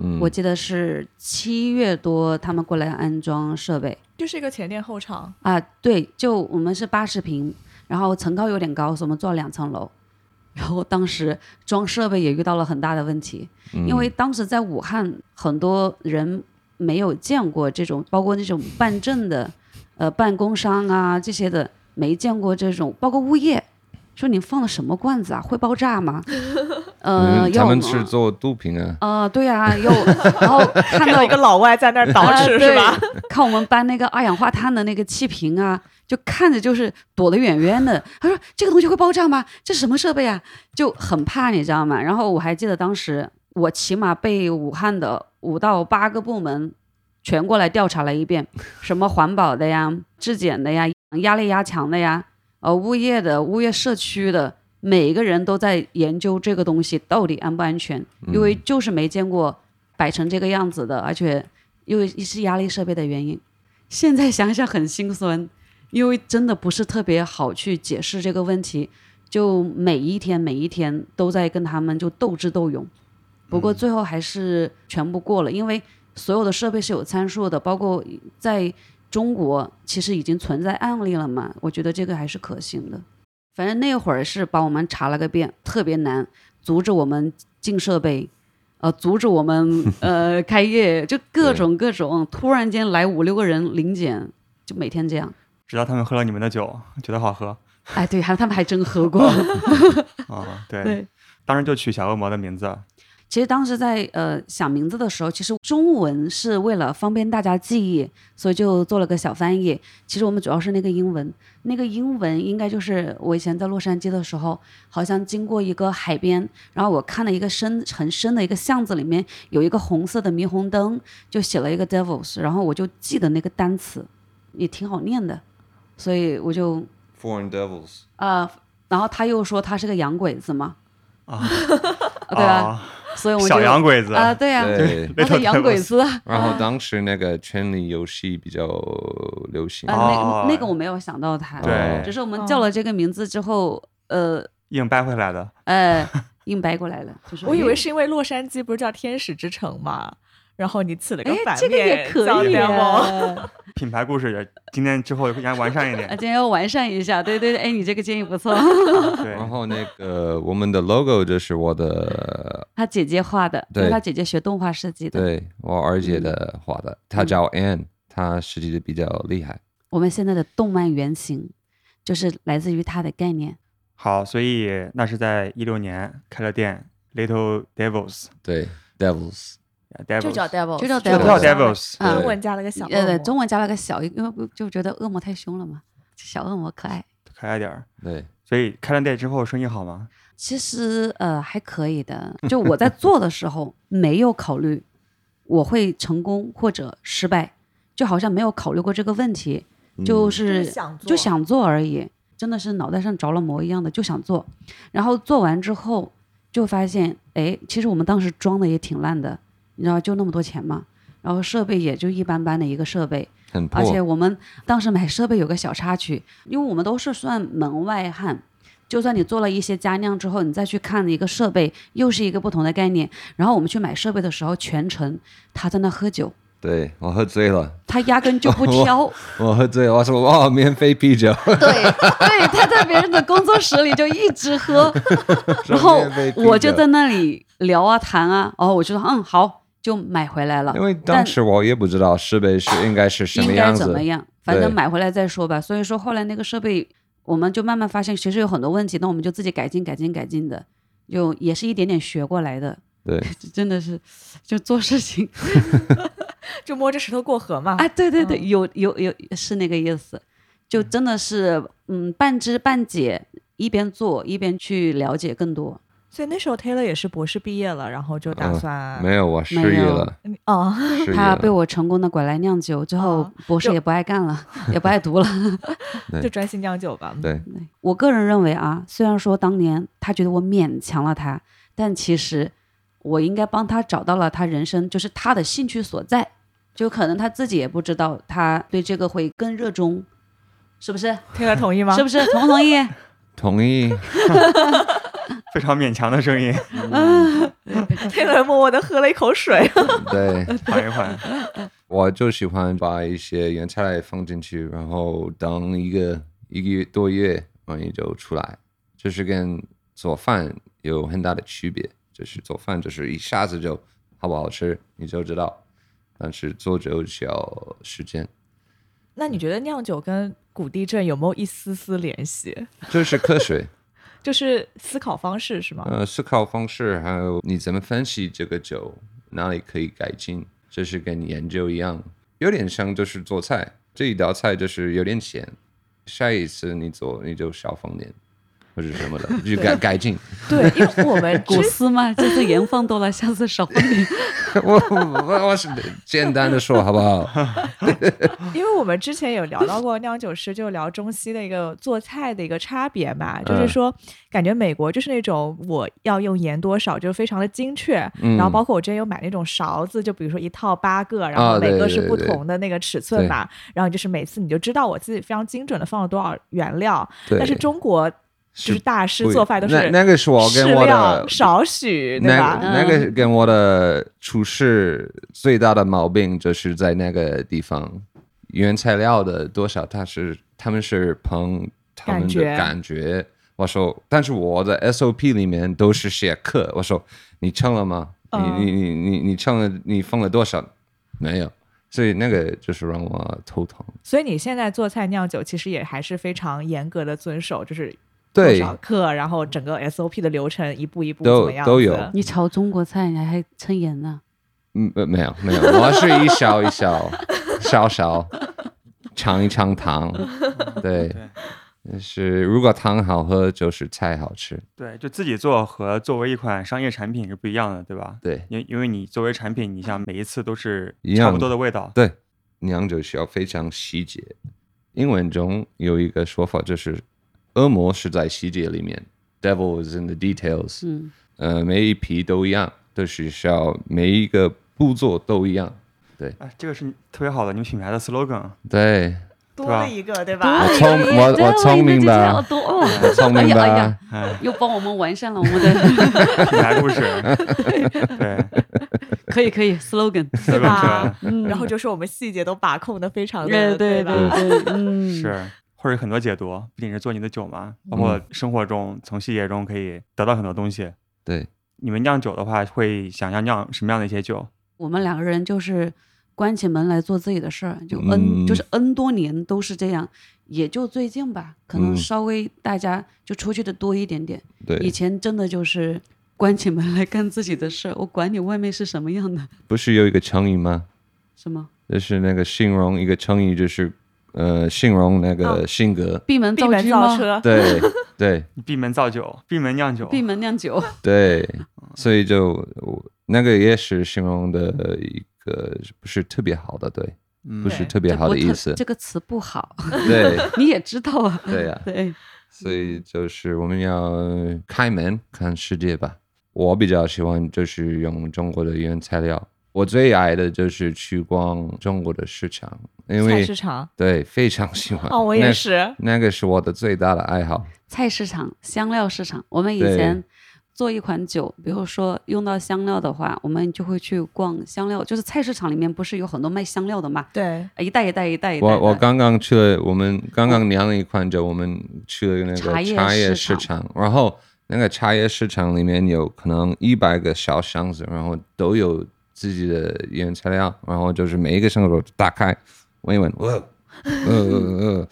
Speaker 5: 嗯，
Speaker 4: 我记得是七月多他们过来安装设备
Speaker 3: 就是一个前店后 厂，
Speaker 4: 啊，对，就我们是八十平，然后层高有点高，所以我们做了两层楼。然后当时装设备也遇到了很大的问题，
Speaker 5: 嗯
Speaker 4: 因为当时在武汉，很多人没有见过这种，包括那种办证的，呃，办工商啊这些的，没见过这种，包括物业，说你放的什么罐子啊，会爆炸吗？呃，
Speaker 5: 他
Speaker 4: 要
Speaker 5: 嗯们
Speaker 4: 么
Speaker 5: 是做毒品啊，
Speaker 4: 啊、对啊，又然后看
Speaker 3: 看
Speaker 4: 到
Speaker 3: 到一个老外在那儿捯
Speaker 4: 啊
Speaker 3: 饬、是
Speaker 4: 对
Speaker 3: 吧？
Speaker 4: 看我们搬那个二氧化碳的那个气瓶啊，就看着就是躲得远远的。他说这个东西会爆炸吗？这什么设备啊？就很怕，你知道吗？然后我还记得当时我起码被武汉的五到八个部门全过来调查了一遍，什么环保的呀、质检的呀、压力压强的呀、呃物业的、物业社区的。每一个人都在研究这个东西到底安不安全，因为就是没见过摆成这个样子的，而且因为是压力设备的原因。现在想想很心酸，因为真的不是特别好去解释这个问题，就每一天每一天都在跟他们就斗智斗勇。不过最后还是全部过了，因为所有的设备是有参数的，包括在中国其实已经存在案例了嘛，我觉得这个还是可行的。反正那会儿是把我们查了个遍，特别难，阻止我们进设备，呃，阻止我们呃开业，就各种各种，突然间来五六个人临检，就每天这样。
Speaker 2: 直到他们喝了你们的酒，觉得好喝
Speaker 4: 哎，对，还他们还真喝过。
Speaker 2: 啊，对，
Speaker 4: 对哦
Speaker 2: 当时就取小恶魔的名字，
Speaker 4: 其实当时在呃想名字的时候，其实中文是为了方便大家记忆，所以就做了个小翻译。其实我们主要是那个英文，那个英文应该就是我以前在洛杉矶的时候，好像经过一个海边，然后我看了一个深很深的一个巷子里面有一个红色的霓虹灯，就写了一个 devils，然后我就记得那个单词，也挺好念的，所以我就
Speaker 5: Foreign Devils，
Speaker 4: 呃，然后他又说他是个洋鬼子嘛，啊， 对吧？
Speaker 2: 啊，
Speaker 4: 所以我就
Speaker 2: 小洋鬼子
Speaker 4: 啊、对呀、
Speaker 5: 对。
Speaker 4: 他是洋鬼子啊，
Speaker 5: 然后当时那个权力游戏比较流行，
Speaker 4: 啊，
Speaker 2: 哦
Speaker 4: 那个那个我没有想到他，啊
Speaker 2: 对
Speaker 5: 哦
Speaker 4: 只是我们
Speaker 3: 哦
Speaker 4: 叫了这个名字之后，呃
Speaker 2: 硬掰回来的。
Speaker 4: 呃，硬掰过来了，就 是
Speaker 3: 我以为是因为洛杉矶不是叫天使之城嘛，然后你起了个
Speaker 4: 哎，
Speaker 3: 反面，
Speaker 4: 这个也
Speaker 3: 叫
Speaker 4: 可以
Speaker 3: Devil
Speaker 4: 啊，
Speaker 2: 品牌故事也今天之后应该完善一
Speaker 4: 啊
Speaker 2: 点。
Speaker 4: 今天要完善一下，对对对，哎，你这个建议不 错，
Speaker 2: 对，
Speaker 5: 然后那个我们的 logo 就是我的，
Speaker 4: 他姐姐画的，
Speaker 5: 对
Speaker 4: 因为他姐姐学动画设计的，
Speaker 5: 对我二姐
Speaker 4: 嗯
Speaker 5: 的画的，她叫 Anne，她设计的比较厉害。
Speaker 4: 我们现在的动漫原型就是来自于他的概念，
Speaker 2: 好，所以那是在一六年开了店，Little Devils，Devils
Speaker 5: 对，Devils，
Speaker 3: 就 叫 Devil，
Speaker 4: 就叫
Speaker 2: 就叫
Speaker 4: Devil
Speaker 2: Devils，
Speaker 4: 啊
Speaker 3: 中文加了个小恶魔，
Speaker 4: 呃，中文加了个小，因为不就觉得恶魔太凶了嘛，小恶魔可爱。
Speaker 2: 可爱点儿。
Speaker 5: 对，
Speaker 2: 所以开了店之后生意好吗？
Speaker 4: 其实呃还可以的，就我在做的时候没有考虑我会成功或者失败，就好像没有考虑过这个问题，就
Speaker 3: 就是
Speaker 4: 是
Speaker 3: 想做
Speaker 4: 就想做而已，真的是脑袋上着了魔一样的就想做，然后做完之后就发现，哎，其实我们当时装的也挺烂的，你知道就那么多钱嘛，然后设备也就一般般的一个设备，
Speaker 5: 很
Speaker 4: 而且
Speaker 5: 破，
Speaker 4: 我们当时买设备有个小插曲，因为我们都是算门外汉，就算你做了一些家酿之后，你再去看一个设备，又是一个不同的概念。然后我们去买设备的时候，全程他在那喝酒，
Speaker 5: 对我喝醉了，
Speaker 4: 他压根就不挑，
Speaker 5: 我喝醉了，我说哇，免费啤酒，
Speaker 4: 对对，他在别人的工作室里就一直喝，然后我就在那里聊啊谈啊，哦，我就说嗯好，就买回来了
Speaker 5: 因。为当时我也不知道设备是应该是什么
Speaker 4: 应该
Speaker 5: 样
Speaker 4: 怎
Speaker 5: 子，
Speaker 4: 么样，反正
Speaker 5: 对
Speaker 4: 买回来再说吧。所以说后来那个设备，我们就慢慢发现其实有很多问题，那我们就自己改进、改进、改进的，就也是一点点学过来的。
Speaker 5: 对，
Speaker 4: 真的是，就做事 情，
Speaker 3: 就摸着石头过河嘛。
Speaker 4: 哎，对对对，
Speaker 3: 嗯
Speaker 4: 有有有，是那个意思，就真的是，嗯，半知半解，一边做一边去了解更多。
Speaker 3: 所以那时候 Taylor 也是博士毕业了，然后就打
Speaker 5: 嗯
Speaker 3: 算、
Speaker 5: 没有我失
Speaker 4: 没
Speaker 5: 业
Speaker 4: 有
Speaker 5: 了，
Speaker 3: 哦，
Speaker 5: 失业
Speaker 4: 他
Speaker 5: 了
Speaker 4: 被我成功的拐来酿酒之后
Speaker 5: 啊
Speaker 3: 哦，
Speaker 4: 博士
Speaker 3: 就
Speaker 4: 也不爱干了， 也不爱读了。
Speaker 5: 对
Speaker 3: 就专心酿酒吧。
Speaker 5: 对，
Speaker 4: 我个人认为啊，虽然说当年他觉得我勉强了他，但其实我应该帮他找到了他人生就是他的兴趣所在，就可能他自己也不知道，他对这个会更热衷，是不是？
Speaker 3: Taylor 同意吗？
Speaker 4: 是不是？同不同意？
Speaker 5: 同意，
Speaker 2: 非常勉强的生意，
Speaker 3: Taylor 默默的喝了一口水。
Speaker 5: 对。
Speaker 2: 缓一缓。
Speaker 5: 我就喜欢把一些原材料放进去，然后等一个一个月多月，然后也就出来。这是跟做饭有很大的区别，就是做饭就是一下子就好不好吃你就知道，但是做酒需要时间，
Speaker 3: 那你觉得酿酒跟谷地症有没有一丝丝联系？
Speaker 5: 这是科学，
Speaker 3: 就是思考方式是吗？
Speaker 5: 呃，思考方式还有你怎么分析这个酒，哪里可以改进，这是跟研究一样，有点像就是做菜，这一道菜就是有点咸，下一次你做你就少放点或者什么的，就改改进。
Speaker 3: 对，因为我 们
Speaker 4: 古
Speaker 3: 之
Speaker 4: 诗嘛，这次盐放多了，下次少放点。
Speaker 5: 我我我是简单的说好不好？
Speaker 3: 因为我们之前有聊到过酿酒师，就聊中西的一个做菜的一个差别嘛，
Speaker 5: 嗯
Speaker 3: 就是说感觉美国就是那种我要用盐多少，就是非常的精确，
Speaker 5: 嗯
Speaker 3: 然后包括我之前有买那种勺子，就比如说一套八个，然
Speaker 5: 啊
Speaker 3: 后每
Speaker 5: 对
Speaker 3: 个
Speaker 5: 对
Speaker 3: 是不
Speaker 5: 对
Speaker 3: 同的那个尺寸
Speaker 5: 对
Speaker 3: 嘛，然后就是每次你就知道我自己非常精准的放了多少原料，
Speaker 5: 嗯对，
Speaker 3: 但是中国就是大师做饭都
Speaker 5: 那
Speaker 3: 是
Speaker 5: 那个是我
Speaker 3: 适
Speaker 5: 跟我的
Speaker 3: 量少许，对
Speaker 5: 那
Speaker 4: 嗯
Speaker 3: 吧？嗯
Speaker 5: 那个跟我的厨师最大的毛病就是在那个地方，原材料的多少，他是他们是凭他
Speaker 3: 感
Speaker 5: 们的
Speaker 3: 觉
Speaker 5: 感觉。我说，但是我的 SOP 里面都是写克。我说，你称了吗？
Speaker 3: 嗯
Speaker 5: 你你你你你称了？你放了多少？没有，所以那个就是让我头疼。
Speaker 3: 所以你现在做菜酿酒，其实也还是非常严格的遵守，就是多
Speaker 5: 对，
Speaker 3: 少克，然后整个 SOP 的流程一步一步
Speaker 5: 都
Speaker 3: 怎么样
Speaker 5: 都
Speaker 3: 子
Speaker 5: 有
Speaker 4: 你炒中国菜，你还称盐呢？
Speaker 5: 嗯，呃没有没有，我是一勺一勺，勺勺， 尝一尝糖，对，
Speaker 2: 对
Speaker 5: 是如果汤好喝，就是菜好吃，
Speaker 2: 对，就自己做和作为一款商业产品是不一样的，对吧？
Speaker 5: 对
Speaker 2: 因因为你作为产品，你像每一次都是
Speaker 5: 一
Speaker 2: 差
Speaker 5: 样
Speaker 2: 不
Speaker 5: 的
Speaker 2: 多的味道，
Speaker 5: 对，酿酒需要非常细节。英文中有一个说法，就是恶魔是在细节里面，devil is in the details。
Speaker 4: 嗯，
Speaker 5: 呃，每一批都一样，都是需要每一个步骤都一样。
Speaker 2: 哎，这个是你特别好的你们品牌的 slogan。
Speaker 5: 对，
Speaker 3: 多
Speaker 2: 吧
Speaker 3: 了一个对
Speaker 5: 我
Speaker 4: 啊
Speaker 3: 吧？
Speaker 5: 聪我
Speaker 4: 对
Speaker 5: 我聪明
Speaker 4: 我一直
Speaker 5: 吧
Speaker 4: 觉得我多
Speaker 5: 我聪明吧？
Speaker 4: 哎呀哎呀
Speaker 2: 哎，
Speaker 4: 又帮我们完善了我们的，
Speaker 2: 品牌故事，对，
Speaker 4: 可以可以，slogan。
Speaker 3: 对吧
Speaker 2: 吧？
Speaker 3: 嗯，然后就是我们细节都把控的非常
Speaker 4: 对
Speaker 3: 的，
Speaker 4: 对
Speaker 3: 吧？
Speaker 4: 对，嗯，
Speaker 2: 是，或者有很多解读，不仅是做你的酒嘛，包括
Speaker 5: 嗯
Speaker 2: 生活中从细节中可以得到很多东西。
Speaker 5: 对，
Speaker 2: 你们酿酒的话，会想要酿什么样的一些酒？
Speaker 4: 我们两个人就是关起门来做自己的事儿，就 N、
Speaker 5: 嗯
Speaker 4: 就是 N 多年都是这样，也就最近吧，可能
Speaker 5: 嗯
Speaker 4: 稍微大家就出去的多一点点。以
Speaker 5: 对，
Speaker 4: 前真的就是关起门来干自己的事儿，我管你外面是什么样的，
Speaker 5: 不是有一个成语吗？
Speaker 4: 什么
Speaker 5: 就是那个形容一个成语，就是呃形容那
Speaker 4: 啊
Speaker 5: 个性格。
Speaker 4: 闭门
Speaker 3: 闭
Speaker 4: 造
Speaker 3: 门
Speaker 4: 车
Speaker 3: 造
Speaker 4: 吗？
Speaker 3: 车，
Speaker 5: 对对
Speaker 2: 闭门造酒，闭门酿酒，
Speaker 4: 闭门酿酒，
Speaker 5: 对，
Speaker 3: 嗯
Speaker 5: 所以就我那个也是形容的一个不是特别好的，对，
Speaker 2: 嗯
Speaker 5: 不是
Speaker 3: 对
Speaker 5: 特别好的
Speaker 4: 这不
Speaker 5: 意
Speaker 4: 特
Speaker 5: 思
Speaker 4: 这。个词不好，
Speaker 5: 对
Speaker 4: 你也知道啊。
Speaker 5: 对呀
Speaker 4: 对，
Speaker 5: 所以就是我们要开门看世界吧。我比较喜欢就是用中国的原材料，我最爱的就是去逛中国的市场，因
Speaker 3: 菜
Speaker 5: 为
Speaker 3: 市场
Speaker 5: 对非常喜欢。
Speaker 3: 哦，我也是，
Speaker 5: 那，那个是我的最大的爱好。
Speaker 4: 菜市场、香料市场，我们以
Speaker 5: 对
Speaker 4: 前做一款酒，比如说用到香料的话，我们就会去逛香料，就是菜市场里面不是有很多卖香料的嘛，
Speaker 3: 对，
Speaker 4: 一袋一袋一袋一袋的。
Speaker 5: 我我刚刚去了，我们刚刚酿了一款酒，我们去了那
Speaker 4: 茶
Speaker 5: 个
Speaker 4: 叶
Speaker 5: 茶叶
Speaker 4: 市
Speaker 5: 市场，然后那个茶叶市场里面有可能一百个小箱子，然后都有自己的原材料，然后就是每一个箱子都打开闻一闻，哇，呃呃呃，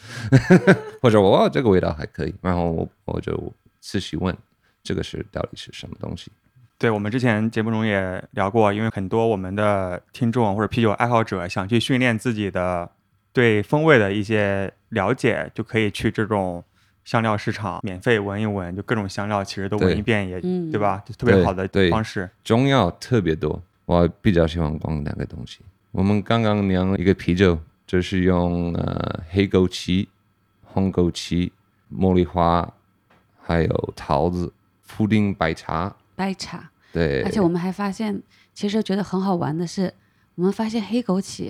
Speaker 5: 或者哇这个味道还可以，然后我我就仔细问这个是到底是什么东西，
Speaker 2: 对，我们之前节目中也聊过，因为很多我们的听众或者啤酒爱好者想去训练自己的对风味的一些了解，就可以去这种香料市场免费闻一闻，就各种香料其实都闻
Speaker 5: 对
Speaker 2: 一遍也，
Speaker 4: 嗯
Speaker 2: 对吧？就特别
Speaker 5: 对
Speaker 2: 好的
Speaker 5: 对
Speaker 2: 方式。
Speaker 5: 中药特别多，我比较喜欢逛那个东西。我们刚刚酿了一个啤酒，就是用呃黑枸杞、红枸杞、茉莉花，还有桃子，普丁白茶。
Speaker 4: 白茶，
Speaker 5: 对，
Speaker 4: 而且我们还发现，其实觉得很好玩的是，我们发现黑枸杞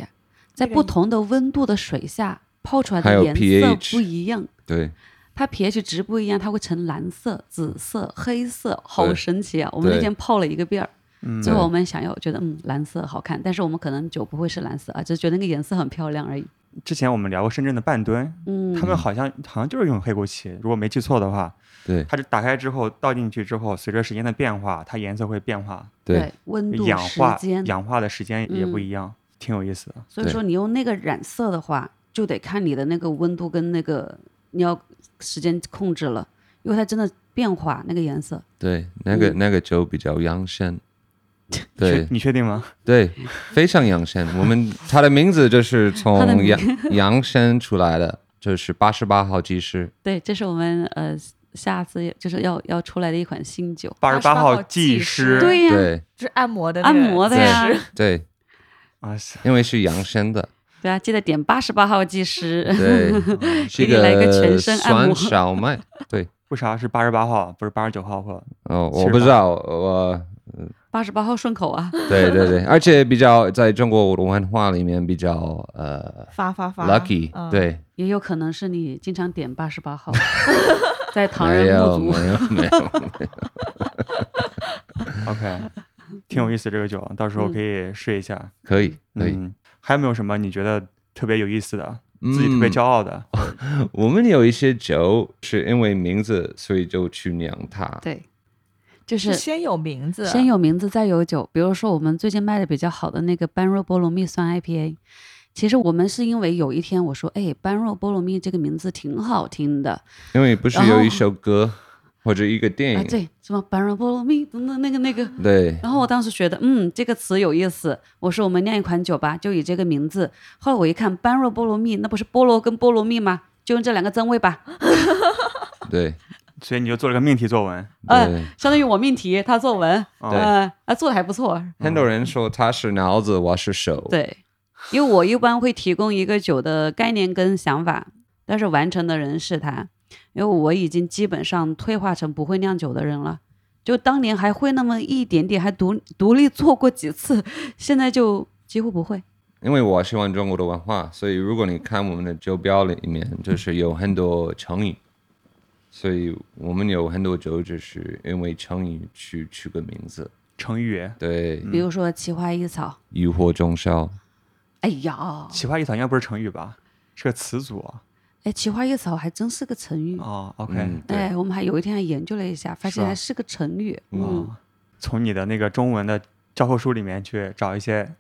Speaker 4: 在
Speaker 3: 这个
Speaker 4: 不同的温度的水下泡出来
Speaker 5: 还
Speaker 4: 的
Speaker 5: 有
Speaker 4: 颜色
Speaker 5: pH
Speaker 4: 不一样，
Speaker 5: 对
Speaker 4: 它 pH 值不一样，它会呈蓝色、紫色、黑色，好
Speaker 5: 对
Speaker 4: 神奇啊！我们那
Speaker 5: 对
Speaker 4: 天泡了一个遍儿，
Speaker 2: 嗯，
Speaker 4: 最后我们想要觉得嗯蓝色好看，但是我们可能酒不会是蓝色啊，只是觉得那个颜色很漂亮而已。
Speaker 2: 之前我们聊过深圳的半吨，
Speaker 4: 嗯，
Speaker 2: 他们好像好像就是用黑枸杞，如果没记错的话，
Speaker 5: 对
Speaker 2: 它是打开之后倒进去之后，随着时间的变化，它颜色会变化，
Speaker 5: 对，
Speaker 4: 温度、
Speaker 2: 氧
Speaker 4: 时
Speaker 2: 化
Speaker 4: 间，
Speaker 2: 氧化的时间也不
Speaker 4: 嗯
Speaker 2: 一样，挺有意思的。
Speaker 4: 所以说你用那个染色的话，就得看你的那个温度跟那个你要时间控制了，因为它真的变化那个颜色。
Speaker 5: 对，那个那个酒比较 养生，对
Speaker 2: 确你确定吗？
Speaker 5: 对，非常养生。我们它的名字就是
Speaker 4: 它的
Speaker 5: 从
Speaker 4: 名
Speaker 5: 养养生出来的，就是八十八号技师。
Speaker 4: 对，这是我们呃下次就是要要出来的一款新酒。
Speaker 2: 八十
Speaker 3: 88
Speaker 2: 八
Speaker 3: 号
Speaker 2: 号
Speaker 3: 技
Speaker 2: 技师
Speaker 3: 师
Speaker 4: 对呀、啊
Speaker 5: 对
Speaker 3: 就是按摩的那
Speaker 4: 按
Speaker 3: 个
Speaker 4: 摩的
Speaker 5: 对
Speaker 4: 呀，
Speaker 5: 对，
Speaker 2: 啊，是
Speaker 5: 因为是养生的，
Speaker 4: 对啊，记得点八十八号技师。
Speaker 5: 对，是一
Speaker 4: 给你来一个全身按
Speaker 5: 酸
Speaker 4: 摩
Speaker 5: 小麦。 对，
Speaker 2: 为啥是八十八号，不是八十九号或
Speaker 5: 哦，
Speaker 2: 是
Speaker 5: 我不
Speaker 2: 吧
Speaker 5: 知道，我
Speaker 4: 八十八号顺口啊，
Speaker 5: 对对对，而且比较在中国文化里面比较呃
Speaker 3: 发发发
Speaker 5: lucky，、
Speaker 3: 嗯
Speaker 5: 对，
Speaker 4: 也有可能是你经常点八十八号，在唐
Speaker 5: 没
Speaker 4: 人
Speaker 5: 有
Speaker 4: 不
Speaker 5: 没
Speaker 4: 足。
Speaker 5: 有没有，
Speaker 2: OK，挺有意思这个酒，到时候可以试一下。
Speaker 5: 可以可以，
Speaker 2: 嗯，还有没有什么你觉得特别有意思的，自己特别
Speaker 5: 嗯
Speaker 2: 骄傲的？
Speaker 5: 我们有一些酒是因为名字，所以就去酿它。
Speaker 4: 对，就是
Speaker 3: 是先有名字，
Speaker 4: 先有名字，再有酒。比如说，我们最近卖的比较好的那个般若波罗蜜酸 IPA，其实我们是因为有一天我说，哎，般若波罗蜜这个名字挺好听的
Speaker 5: 因为不是
Speaker 4: 然后
Speaker 5: 有一首歌或者一个电
Speaker 4: 哦啊，
Speaker 5: 影，
Speaker 4: 对，什么般若波罗蜜，等等那个那个。
Speaker 5: 对
Speaker 4: 然后我当时觉得，嗯，这个词有意思。我说我们酿一款酒吧，就以这个名字。后来我一看，般若波罗蜜，那不是菠萝跟菠萝蜜吗？就用这两个增味吧。
Speaker 5: 对
Speaker 2: 所以你就做了个命题作文，
Speaker 5: 对
Speaker 4: 呃，相当于我命题，他作文，
Speaker 2: 哦
Speaker 5: 对
Speaker 4: 呃，啊，做的还不错。
Speaker 5: 很多人说他是脑子，我是手，
Speaker 4: 对，因为我一般会提供一个酒的概念跟想法，但是完成的人是他，因为我已经基本上退化成不会酿酒的人了。就当年还会那么一点点，还独独立做过几次，现在就几乎不会。
Speaker 5: 因为我喜欢中国的文化，所以如果你看我们的酒标里面，就是有很多成语，所以我们有很多酒就是因为成语去取个名字，
Speaker 2: 成语。
Speaker 5: 对，
Speaker 2: 嗯
Speaker 4: 比如说奇花异草，
Speaker 5: 疑惑中烧，
Speaker 4: 哎呀，
Speaker 2: 奇花异草应该不是成语吧？是个词组啊。
Speaker 4: 哎，奇花异草还真是个成语。
Speaker 2: 哦，OK，
Speaker 5: 嗯，对，
Speaker 4: 哎，我们还有一天还研究了一下，发
Speaker 2: 是
Speaker 4: 现
Speaker 2: 吧
Speaker 4: 还是个成语。嗯，
Speaker 2: 哦，从你的那个中文的教科书里面去找一些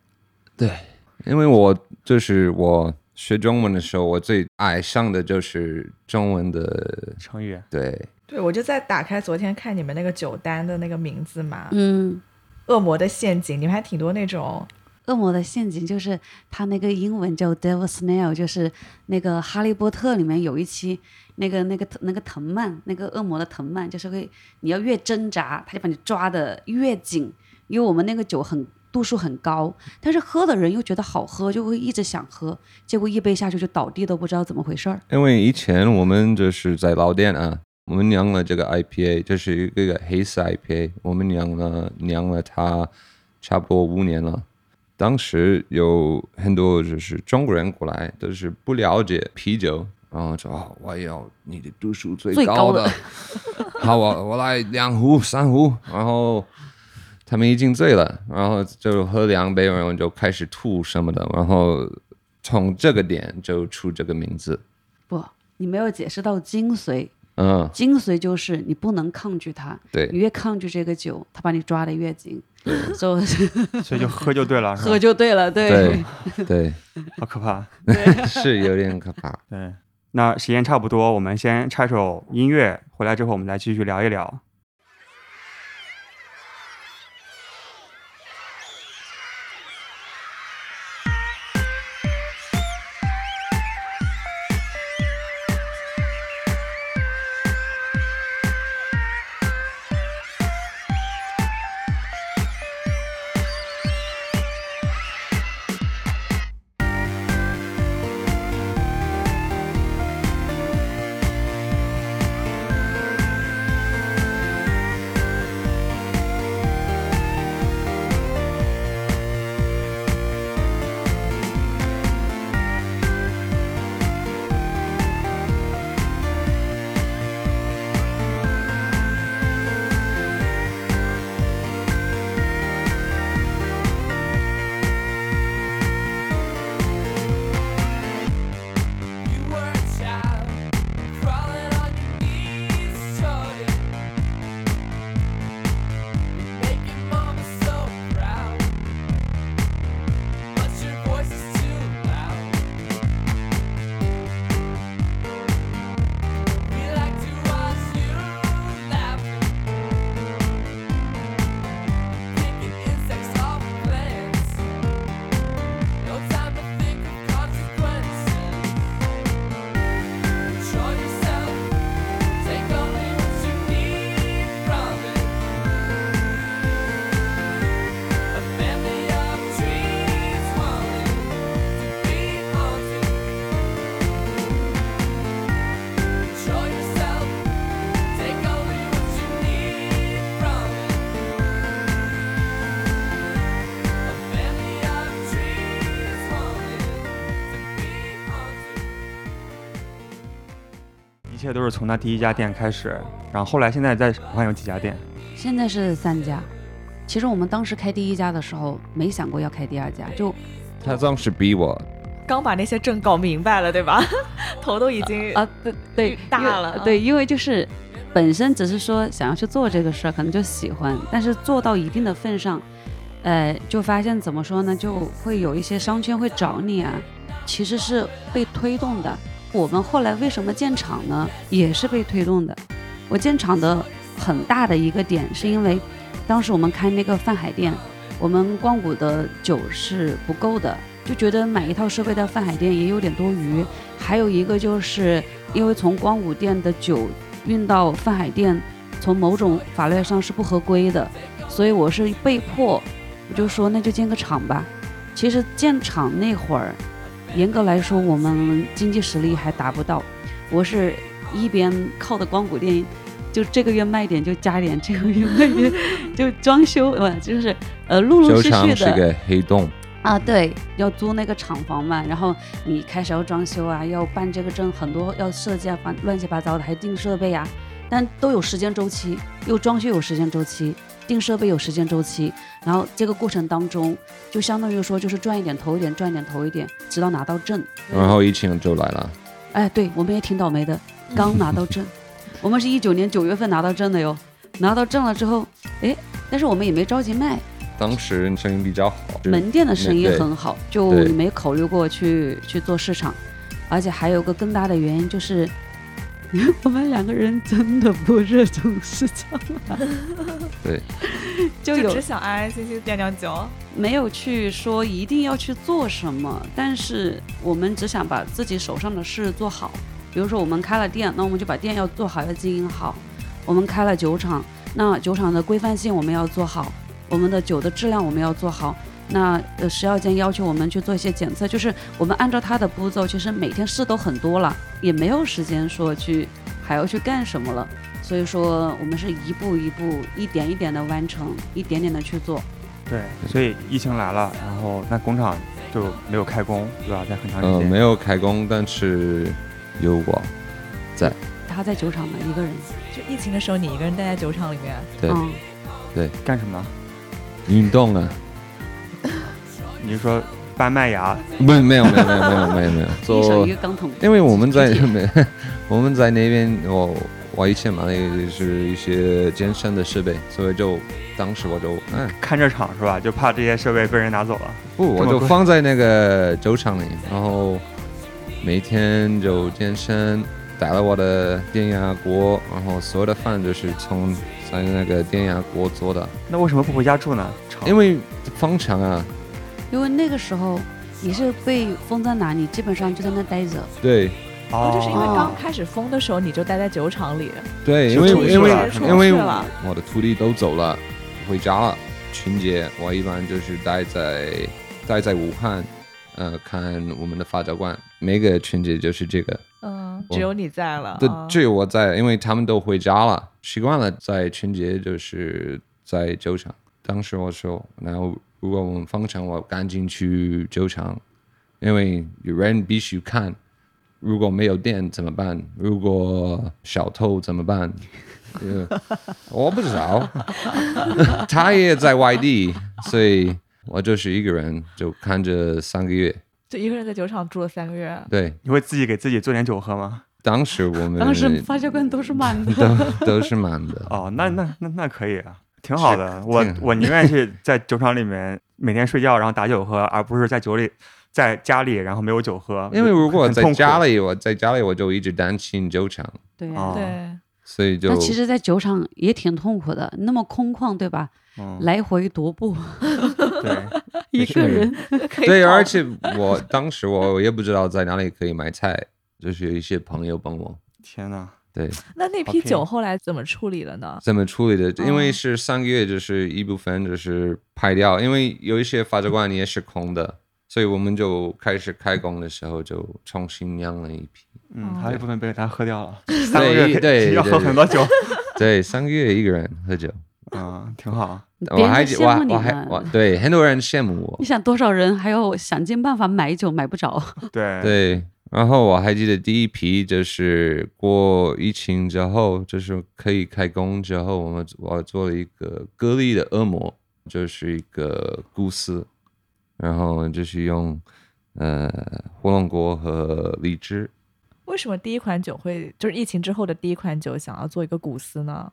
Speaker 5: 因为我就是我学中文的时候，我最爱上的就是中文的，
Speaker 2: 成语。
Speaker 5: 对，
Speaker 3: 对我就在打开昨天看你们那个酒单的那个名字嘛，
Speaker 4: 嗯，
Speaker 3: 恶魔的陷阱》，你们还挺多那种
Speaker 4: 恶魔的陷阱就是它那个英文叫 Devil Snail，就是那个《哈利波特》里面有一期那个那个那个藤蔓，那个恶魔的藤蔓，就是会你要越挣扎，它就把你抓的越紧。因为我们那个酒很度数很高，但是喝的人又觉得好喝，就会一直想喝，结果一杯下去就倒地都不知道怎么回事儿。
Speaker 5: 因为以前我们就是在老店啊，我们酿了这个 IPA，这是一个黑色 IPA，我们酿了酿了它差不多五年了。当时有很多就是中国人过来，都是不了解啤酒，然后说哦，我要你的度数最
Speaker 4: 最
Speaker 5: 高
Speaker 4: 高
Speaker 5: 的，
Speaker 4: 的
Speaker 5: 好，我我来两壶三壶，然后他们已经醉了，然后就喝两杯，然后就开始吐什么的，然后从这个点就出这个名字，
Speaker 4: 不，你没有解释到精髓，
Speaker 5: 嗯。
Speaker 4: 精髓就是你不能抗拒它，你
Speaker 5: 对
Speaker 4: 越抗拒这个酒，它把你抓的越紧，
Speaker 5: 嗯
Speaker 4: 所以
Speaker 2: 所以就喝就对了，是吧
Speaker 4: 喝就对了， 对。
Speaker 5: 对对，
Speaker 2: 好可怕。
Speaker 5: 是有点可怕。
Speaker 2: 对，那时间差不多，我们先插首音乐，回来之后我们再继续聊一聊。
Speaker 1: Thank
Speaker 2: 切都是从他第一家店开始，然后后来现在在武汉有几家店？
Speaker 4: 现在是三家。其实我们当时开第一家的时候，没想过要开第二家，就
Speaker 5: 他当时逼我，
Speaker 3: 刚把那些证搞明白了，对吧？ 头都已经
Speaker 4: 啊，对
Speaker 3: 呃
Speaker 4: 对
Speaker 3: 越，大
Speaker 4: 因为
Speaker 3: 了啊
Speaker 4: 对，因为就是本身只是说想要去做这个事儿，可能就喜欢，但是做到一定的份上，呃，就发现怎么说呢，就会有一些商圈会找你啊，其实是被推动的。我们后来为什么建厂呢？也是被推动的。我建厂的很大的一个点，是因为当时我们开那个泛海店，我们光谷的酒是不够的，就觉得买一套设备到泛海店也有点多余。还有一个就是因为从光谷店的酒运到泛海店，从某种法律上是不合规的，所以我是被迫，我就说那就建个厂吧。其实建厂那会儿，严格来说我们经济实力还达不到，我是一边靠的光谷店，就这个月卖点就加点，这个月卖点就装修，呃，就是呃陆陆
Speaker 5: 酒
Speaker 4: 续
Speaker 5: 厂
Speaker 4: 续
Speaker 5: 是
Speaker 4: 的。
Speaker 5: 个黑洞，
Speaker 4: 啊，对，要租那个厂房嘛，然后你开始要装修啊，要办这个证，很多要设计啊，反乱七八糟的，还订设备啊，但都有时间周期，又装修有时间周期，订设备有时间周期，然后这个过程当中，就相当于说就是赚一点投一点，赚一点投一点，直到拿到证。
Speaker 5: 然后疫情就来了，
Speaker 4: 哎，对，我们也挺倒霉的，刚拿到证，我们是一九年九月份拿到证的哟，拿到证了之后，哎，但是我们也没着急卖，
Speaker 5: 当时生意比较好，
Speaker 4: 门店的生意
Speaker 5: 对
Speaker 4: 很好，就
Speaker 5: 对
Speaker 4: 没考虑过去去做市场，而且还有个更大的原因就是， 我们两个人真的不热衷市场，
Speaker 5: 对，
Speaker 4: 就
Speaker 3: 就
Speaker 4: 有
Speaker 3: 只想安安心心酿酿酒。
Speaker 4: 没有去说一定要去做什么，但是我们只想把自己手上的事做好。比如说我们开了店，那我们就把店要做好，要经营好；我们开了酒厂，那酒厂的规范性我们要做好，我们的酒的质量我们要做好。那呃，食药监要求我们去做一些检测，就是我们按照它的步骤，其实每天事都很多了，也没有时间说去还要去干什么了。所以说，我们是一步一步、一点一点的完成，一点点的去做。
Speaker 2: 对，所以疫情来了，然后那工厂就没有开工，对吧？在很长时
Speaker 5: 嗯，
Speaker 2: 间。
Speaker 5: 没有开工，但是有我，
Speaker 4: 他在酒厂嘛，一个人。
Speaker 3: 就疫情的时候，你一个人待在酒厂里面，
Speaker 5: 对
Speaker 4: 嗯，
Speaker 2: 干什么？
Speaker 5: 运动啊，
Speaker 2: 你是说搬麦芽？
Speaker 4: 嗯
Speaker 5: 不，没有没有没有没有没有没有，
Speaker 4: 一手
Speaker 5: 做
Speaker 4: 一个钢桶。
Speaker 5: 因为我们在
Speaker 4: 自己
Speaker 5: 我们在那边，我我以前买的是一些健身的设备，所以就当时我就嗯、
Speaker 2: 看这场是吧？就怕这些设备被人拿走了。
Speaker 5: 不，我
Speaker 2: 这么
Speaker 5: 就
Speaker 2: 贵
Speaker 5: 放在那个酒厂里，然后每天就健身，打了我的电压锅，然后所有的饭就是从在那个电压锅做的，
Speaker 2: 那为什么不回家住呢？厂
Speaker 5: 因为方厂啊，
Speaker 4: 因为那个时候你是被封在哪，你基本上就在那待着。
Speaker 5: 对
Speaker 3: 哦，就是因为
Speaker 4: 哦
Speaker 3: 刚开始封的时候，你就待在酒厂里，
Speaker 5: 对，因
Speaker 2: 就
Speaker 5: 为
Speaker 2: 出去
Speaker 5: 因为
Speaker 2: 了是吧
Speaker 5: 因为
Speaker 3: 出去了
Speaker 5: 我的徒弟都走了，回家了，春节我一般就是待在待在武汉，呃，看我们的发胶馆，每个春节就是这个。
Speaker 3: 嗯，
Speaker 5: 我
Speaker 3: 只有你在了。
Speaker 5: 对
Speaker 3: 啊，
Speaker 5: 只有我在，因为他们都回家了，习惯了在春节就是在酒厂。当时我说，然后如果我们封城，我赶紧去酒厂，因为有人必须看。如果没有电怎么办？如果小偷怎么办？呃我不知道， 他也在外地，所以我就是一个人，就看着三个月。
Speaker 3: 就一个人在酒厂住了三个月。
Speaker 5: 对，
Speaker 2: 你会自己给自己做点酒喝吗？
Speaker 5: 当时我们
Speaker 4: 当时发酵罐都是满的。
Speaker 5: 都都是满的。
Speaker 2: 哦，那那那那可以啊，挺好的。我
Speaker 5: 嗯挺好
Speaker 2: 我宁愿去在酒厂里面每天睡觉，然后打酒喝，而不是在酒里在家里然后没有酒喝。
Speaker 5: 因为如果
Speaker 2: 很
Speaker 5: 在
Speaker 2: 痛苦
Speaker 5: 家里，我在家里我就一直担心酒厂，
Speaker 4: 对呀、
Speaker 2: 哦
Speaker 3: 对，
Speaker 5: 所以啊就
Speaker 4: 那其实，在酒厂也挺痛苦的，那么空旷，对吧？
Speaker 2: 嗯，
Speaker 4: 来回踱 步，
Speaker 2: 对，
Speaker 4: 一个人。
Speaker 3: 可以
Speaker 5: 对，
Speaker 3: 跑
Speaker 5: 而且我当时我也不知道在哪里可以买菜，就是有一些朋友帮我，
Speaker 2: 天哪，
Speaker 5: 对，
Speaker 3: 那那
Speaker 2: 好
Speaker 3: 批
Speaker 2: 听
Speaker 3: 酒后来怎么处理了呢？
Speaker 5: 怎么处理的？因为
Speaker 3: 哦
Speaker 5: 是三个月，就是一部分就是排掉，因为有一些发酵罐也是空的，所以我们就开始开工的时候就重新酿了一批。
Speaker 2: 嗯，
Speaker 3: 哦
Speaker 2: 还有一部分被他喝掉 了，三个月
Speaker 5: 对
Speaker 2: 要喝
Speaker 5: 对
Speaker 2: 很多 酒，
Speaker 5: 对，三个月一个人喝酒，
Speaker 2: 嗯，挺好。
Speaker 5: 我
Speaker 4: 别人
Speaker 5: 还
Speaker 4: 都羡慕
Speaker 5: 我还
Speaker 4: 你
Speaker 5: 我还我
Speaker 4: 呢。
Speaker 5: 对很多人羡慕我
Speaker 4: 你，想多少人还要想尽办法买酒买不着？
Speaker 2: 对，
Speaker 5: 对，然后我还记得第一批就是过疫情之后，就是可以开工之后，我们我做了一个歌利的恶魔，就是一个故事，然后就是用呃火龙果和荔枝，
Speaker 3: 为什么第一款酒会就是疫情之后的第一款酒想要做一个古斯呢？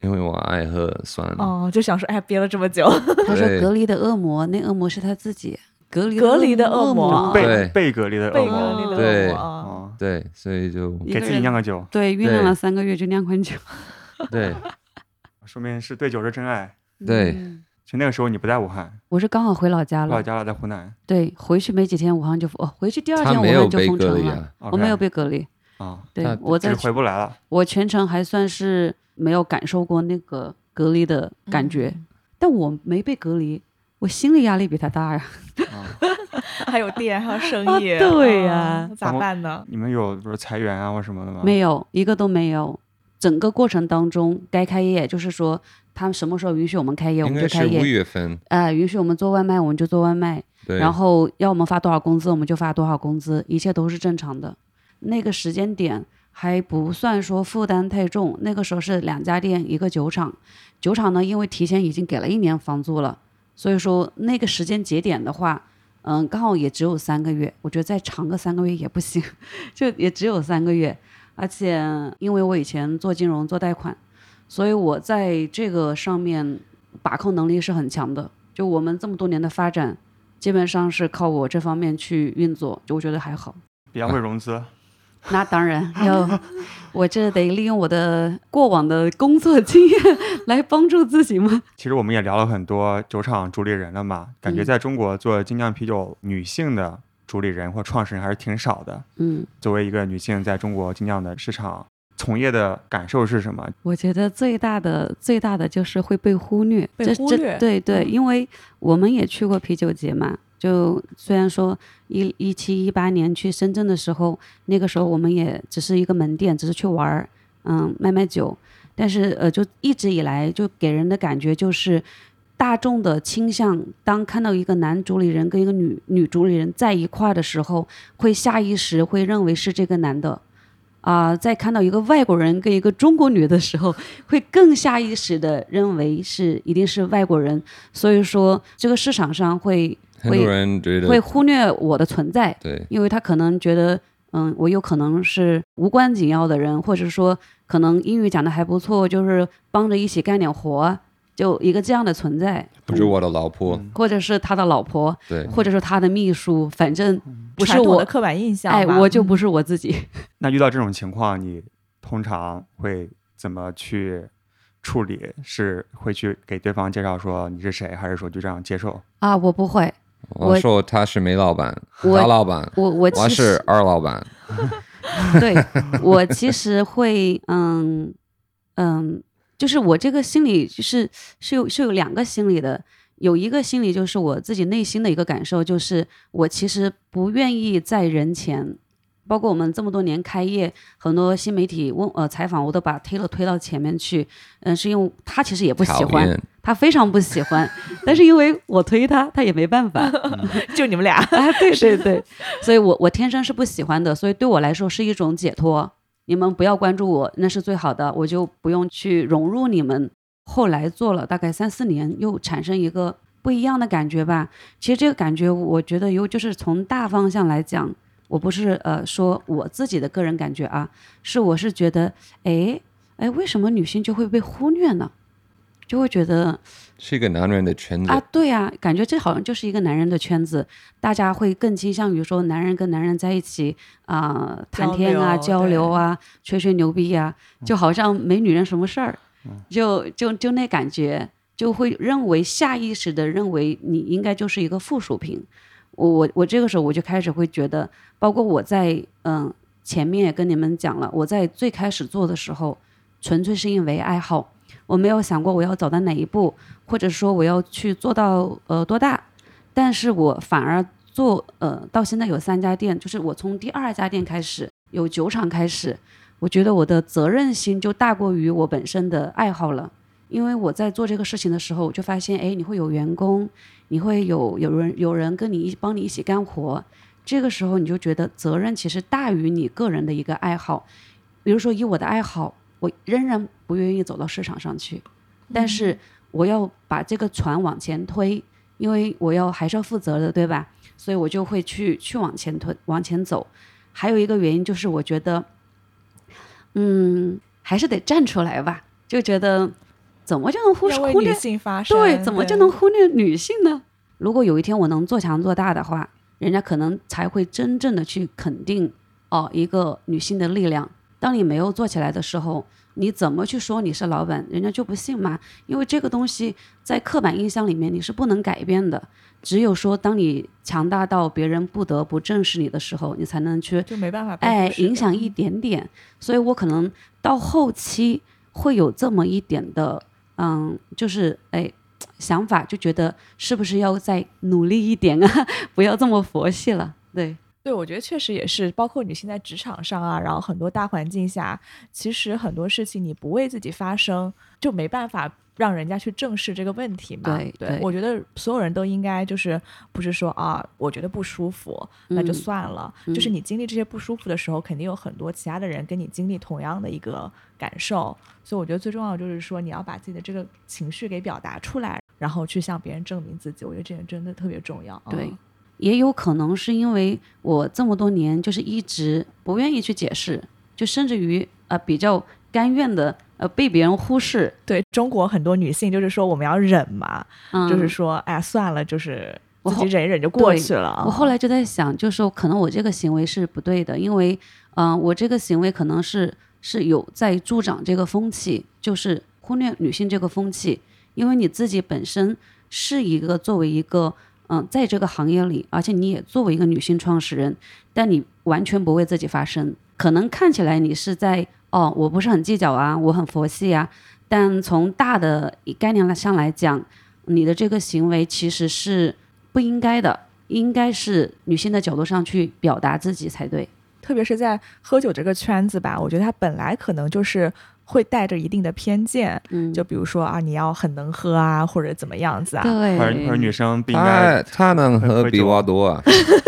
Speaker 5: 因为我爱喝酸。
Speaker 3: 哦，就想说，哎，憋了这么久，
Speaker 4: 他说
Speaker 5: 对
Speaker 4: 隔离的恶魔，那恶魔是他自己隔离
Speaker 3: 隔离的恶
Speaker 4: 恶
Speaker 3: 魔
Speaker 4: 魔，
Speaker 5: 对
Speaker 2: 被被隔离的恶
Speaker 3: 被
Speaker 2: 魔，
Speaker 3: 隔离
Speaker 5: 对
Speaker 3: 的恶魔啊。
Speaker 2: 哦，
Speaker 5: 对，所以就
Speaker 4: 一
Speaker 2: 给
Speaker 4: 个
Speaker 2: 自己
Speaker 4: 人
Speaker 2: 酿个酒，
Speaker 4: 对酝酿
Speaker 5: 对
Speaker 4: 了三个月就酿款酒，
Speaker 5: 对
Speaker 2: 说明是对酒是真爱。
Speaker 5: 对
Speaker 4: 嗯
Speaker 2: 其实那个时候你不在武汉，
Speaker 4: 我是刚好回老家
Speaker 2: 老
Speaker 4: 了，
Speaker 2: 家了，在湖南
Speaker 4: 对，回去没几天武汉就哦，回去 第二天
Speaker 5: 他
Speaker 4: 武
Speaker 5: 没有
Speaker 4: 汉就
Speaker 5: 被
Speaker 4: 封
Speaker 5: 隔
Speaker 4: 城
Speaker 5: 离
Speaker 4: 了，
Speaker 5: 啊，
Speaker 2: OK
Speaker 4: 我没有被隔离，
Speaker 2: 啊，
Speaker 4: 对
Speaker 5: 他
Speaker 4: 我
Speaker 2: 就是
Speaker 4: 在
Speaker 2: 回不来了。
Speaker 4: 我全程还算是没有感受过那个隔离的感
Speaker 3: 嗯
Speaker 4: 觉，但我没被隔离，我心理压力比他大呀。
Speaker 2: 啊，
Speaker 3: 还有店，还有生
Speaker 4: 啊
Speaker 3: 意，
Speaker 4: 对呀
Speaker 3: 啊咋
Speaker 2: 然后
Speaker 3: 办呢？
Speaker 2: 你们有比如裁员啊或什么的吗？
Speaker 4: 没有一个都没有。整个过程当中，该开业就是说，他们什么时候允许我们开业，我
Speaker 5: 应
Speaker 4: 们
Speaker 5: 该
Speaker 4: 就是开
Speaker 5: 五
Speaker 4: 业。
Speaker 5: 月份，
Speaker 4: 啊、允许我们做外卖，我们就做外卖。
Speaker 5: 对，
Speaker 4: 然后要我们发多少工资，我们就发多少工资，一切都是正常的。那个时间点还不算说负担太重，那个时候是两家店一个酒厂，酒厂呢因为提前已经给了一年房租了，所以说那个时间节点的话，嗯，刚好也只有三个月，我觉得再长个三个月也不行， 就也只有三个月。而且因为我以前做金融做贷款，所以我在这个上面把控能力是很强的。就我们这么多年的发展，基本上是靠我这方面去运作，就我觉得还好。
Speaker 2: 比较会融资，
Speaker 4: 那当然要，我这得利用我的过往的工作经验 来帮助自己嘛。
Speaker 2: 其实我们也聊了很多酒厂主理人了嘛，感觉
Speaker 4: 嗯
Speaker 2: 在中国做精酿啤酒女性的主理人或创始人还是挺少的。
Speaker 4: 嗯，
Speaker 2: 作为一个女性，在中国精酿的市场从业的感受是什么？
Speaker 4: 我觉得最大的最大的就是会被忽略，
Speaker 3: 被
Speaker 4: 这
Speaker 3: 忽
Speaker 4: 这
Speaker 3: 略
Speaker 4: 对对，
Speaker 3: 嗯
Speaker 4: 因为我们也去过啤酒节嘛，就虽然说一一七一八年去深圳的时候，那个时候我们也只是一个门店，只是去玩儿，嗯，卖卖酒，但是呃，就一直以来就给人的感觉就是。大众的倾向，当看到一个男主理人跟一个女女主理人在一块儿的时候，会下意识会认为是这个男的，啊、在看到一个外国人跟一个中国女的时候，会更下意识的认为是一定是外国人，所以说这个市场上会
Speaker 5: 很多人觉
Speaker 4: 会
Speaker 5: 得
Speaker 4: 忽略我的存在，
Speaker 5: 对
Speaker 4: 因为他可能觉得，嗯，我有可能是无关紧要的人，或者说可能英语讲的还不错，就是帮着一起干点活啊，就一个这样的存在，
Speaker 5: 不是我的老婆，
Speaker 2: 嗯
Speaker 4: 或者是他的老婆，
Speaker 5: 对
Speaker 4: 或者是他的秘书，反正不是
Speaker 3: 传统
Speaker 4: 我
Speaker 3: 的，刻板印象吧，
Speaker 4: 哎，我就不
Speaker 3: 嗯
Speaker 4: 是我自己。
Speaker 2: 那遇到这种情况，你通常会怎么去处理？是会去给对方介绍说你是谁，还是说就这样接受？
Speaker 4: 啊，我不会，
Speaker 5: 我说他是梅老板，
Speaker 4: 我
Speaker 5: 大老板，
Speaker 4: 我我
Speaker 5: 我
Speaker 4: 其实
Speaker 5: 是二老板，
Speaker 4: 对我其实会，嗯嗯，就是我这个心理就是是有是有两个心理的，有一个心理就是我自己内心的一个感受，就是我其实不愿意在人前。包括我们这么多年开业，很多新媒体问呃采访，我都把 Taylor 推到前面去，嗯，是因为他其实也不喜
Speaker 5: 讨
Speaker 4: 欢，
Speaker 5: 厌，
Speaker 4: 他非常不喜欢， 但是因为我推他，他也没办法，
Speaker 3: 就你们俩，
Speaker 4: 啊，对对对，所以我我天生是不喜欢的，所以对我来说是一种解脱。你们不要关注我，那是最好的，我就不用去融入你们。后来做了大概三四年，又产生一个不一样的感觉吧。其实这个感觉，我觉得有就是从大方向来讲，我不是呃说我自己的个人感觉啊，是我是觉得，哎哎，为什么女性就会被忽略呢？就会觉得
Speaker 5: 是一个男人的圈子
Speaker 4: 啊，，对啊，感觉这好像就是一个男人的圈子，大家会更倾向于说男人跟男人在一起啊、谈
Speaker 3: 交
Speaker 4: 天啊、
Speaker 3: 流
Speaker 4: 交
Speaker 3: 对
Speaker 4: 流啊、吹吹牛逼啊，就好像没女人什么事儿，就就就那感觉，就会认为下意识的认为你应该就是一个附属品。我我我这个时候我就开始会觉得，包括我在嗯前面也跟你们讲了，我在最开始做的时候，纯粹是因为爱好，我没有想过我要走到哪一步，或者说我要去做到呃多大，但是我反而做呃到现在有三家店，就是我从第二家店开始，有酒厂开始，我觉得我的责任心就大过于我本身的爱好了。因为我在做这个事情的时候，我就发现，哎，你会有员工，你会有有人有人跟你一帮你一起干活，这个时候你就觉得责任其实大于你个人的一个爱好。比如说，以我的爱好，我仍然不愿意走到市场上去，但是
Speaker 3: 嗯
Speaker 4: 我要把这个船往前推，因为我要还是要负责的，对吧？所以我就会去去往前推，往前走。还有一个原因就是，我觉得，嗯，还是得站出来吧，就觉得怎么就能忽
Speaker 3: 要
Speaker 4: 视
Speaker 3: 为
Speaker 4: 忽
Speaker 3: 女
Speaker 4: 略
Speaker 3: 性发声，
Speaker 4: 对，怎么就能忽略女性呢？如果有一天我能做强做大的话，人家可能才会真正的去肯定哦一个女性的力量。当你没有做起来的时候，你怎么去说你是老板，人家就不信嘛？因为这个东西在刻板印象里面你是不能改变的。只有说，当你强大到别人不得不正视你的时候，你才能去
Speaker 3: 就没办法被
Speaker 4: 哎
Speaker 3: 忽视
Speaker 4: 影
Speaker 3: 嗯的
Speaker 4: 响一点点，所以我可能到后期会有这么一点的，嗯，就是哎想法，就觉得是不是要再努力一点啊， 不要这么佛系了，对。
Speaker 3: 对，我觉得确实也是，包括女性在职场上啊，然后很多大环境下，其实很多事情你不为自己发声，就没办法让人家去正视这个问题嘛。
Speaker 4: 对
Speaker 3: 对
Speaker 4: 对
Speaker 3: 我觉得所有人都应该就是不是说啊，我觉得不舒服，那就
Speaker 4: 嗯
Speaker 3: 算了。就是
Speaker 4: 嗯
Speaker 3: 你经历这些不舒服的时候，肯定有很多其他的人跟你经历同样的一个感受，所以我觉得最重要的就是说，你要把自己的这个情绪给表达出来，然后去向别人证明自己。我觉得这点真的特别重要啊。
Speaker 4: 对也有可能是因为我这么多年就是一直不愿意去解释，就甚至于呃比较甘愿的呃被别人忽视，
Speaker 3: 对中国很多女性就是说我们要忍嘛，
Speaker 4: 嗯，
Speaker 3: 就是说，哎呀，算了，就是
Speaker 4: 我
Speaker 3: 自己
Speaker 4: 后
Speaker 3: 忍一忍就过
Speaker 4: 对
Speaker 3: 去了啊。
Speaker 4: 我后来就在想，就是说可能我这个行为是不对的，因为，嗯、我这个行为可能是是有在助长这个风气，就是忽略女性这个风气，因为你自己本身是一个作为一个，嗯、在这个行业里，而且你也作为一个女性创始人，但你完全不为自己发声，可能看起来你是在，哦，我不是很计较啊，我很佛系啊，但从大的概念上来讲，你的这个行为其实是不应该的。应该是女性的角度上去表达自己才对。
Speaker 3: 特别是在喝酒这个圈子吧，我觉得它本来可能就是会带着一定的偏见，
Speaker 4: 嗯，
Speaker 3: 就比如说啊，你要很能喝啊，或者怎么样子啊。
Speaker 4: 对，
Speaker 2: 或者或者女生不应该
Speaker 5: 他他能
Speaker 2: 喝
Speaker 5: 喝比
Speaker 2: 酒
Speaker 5: 我多啊，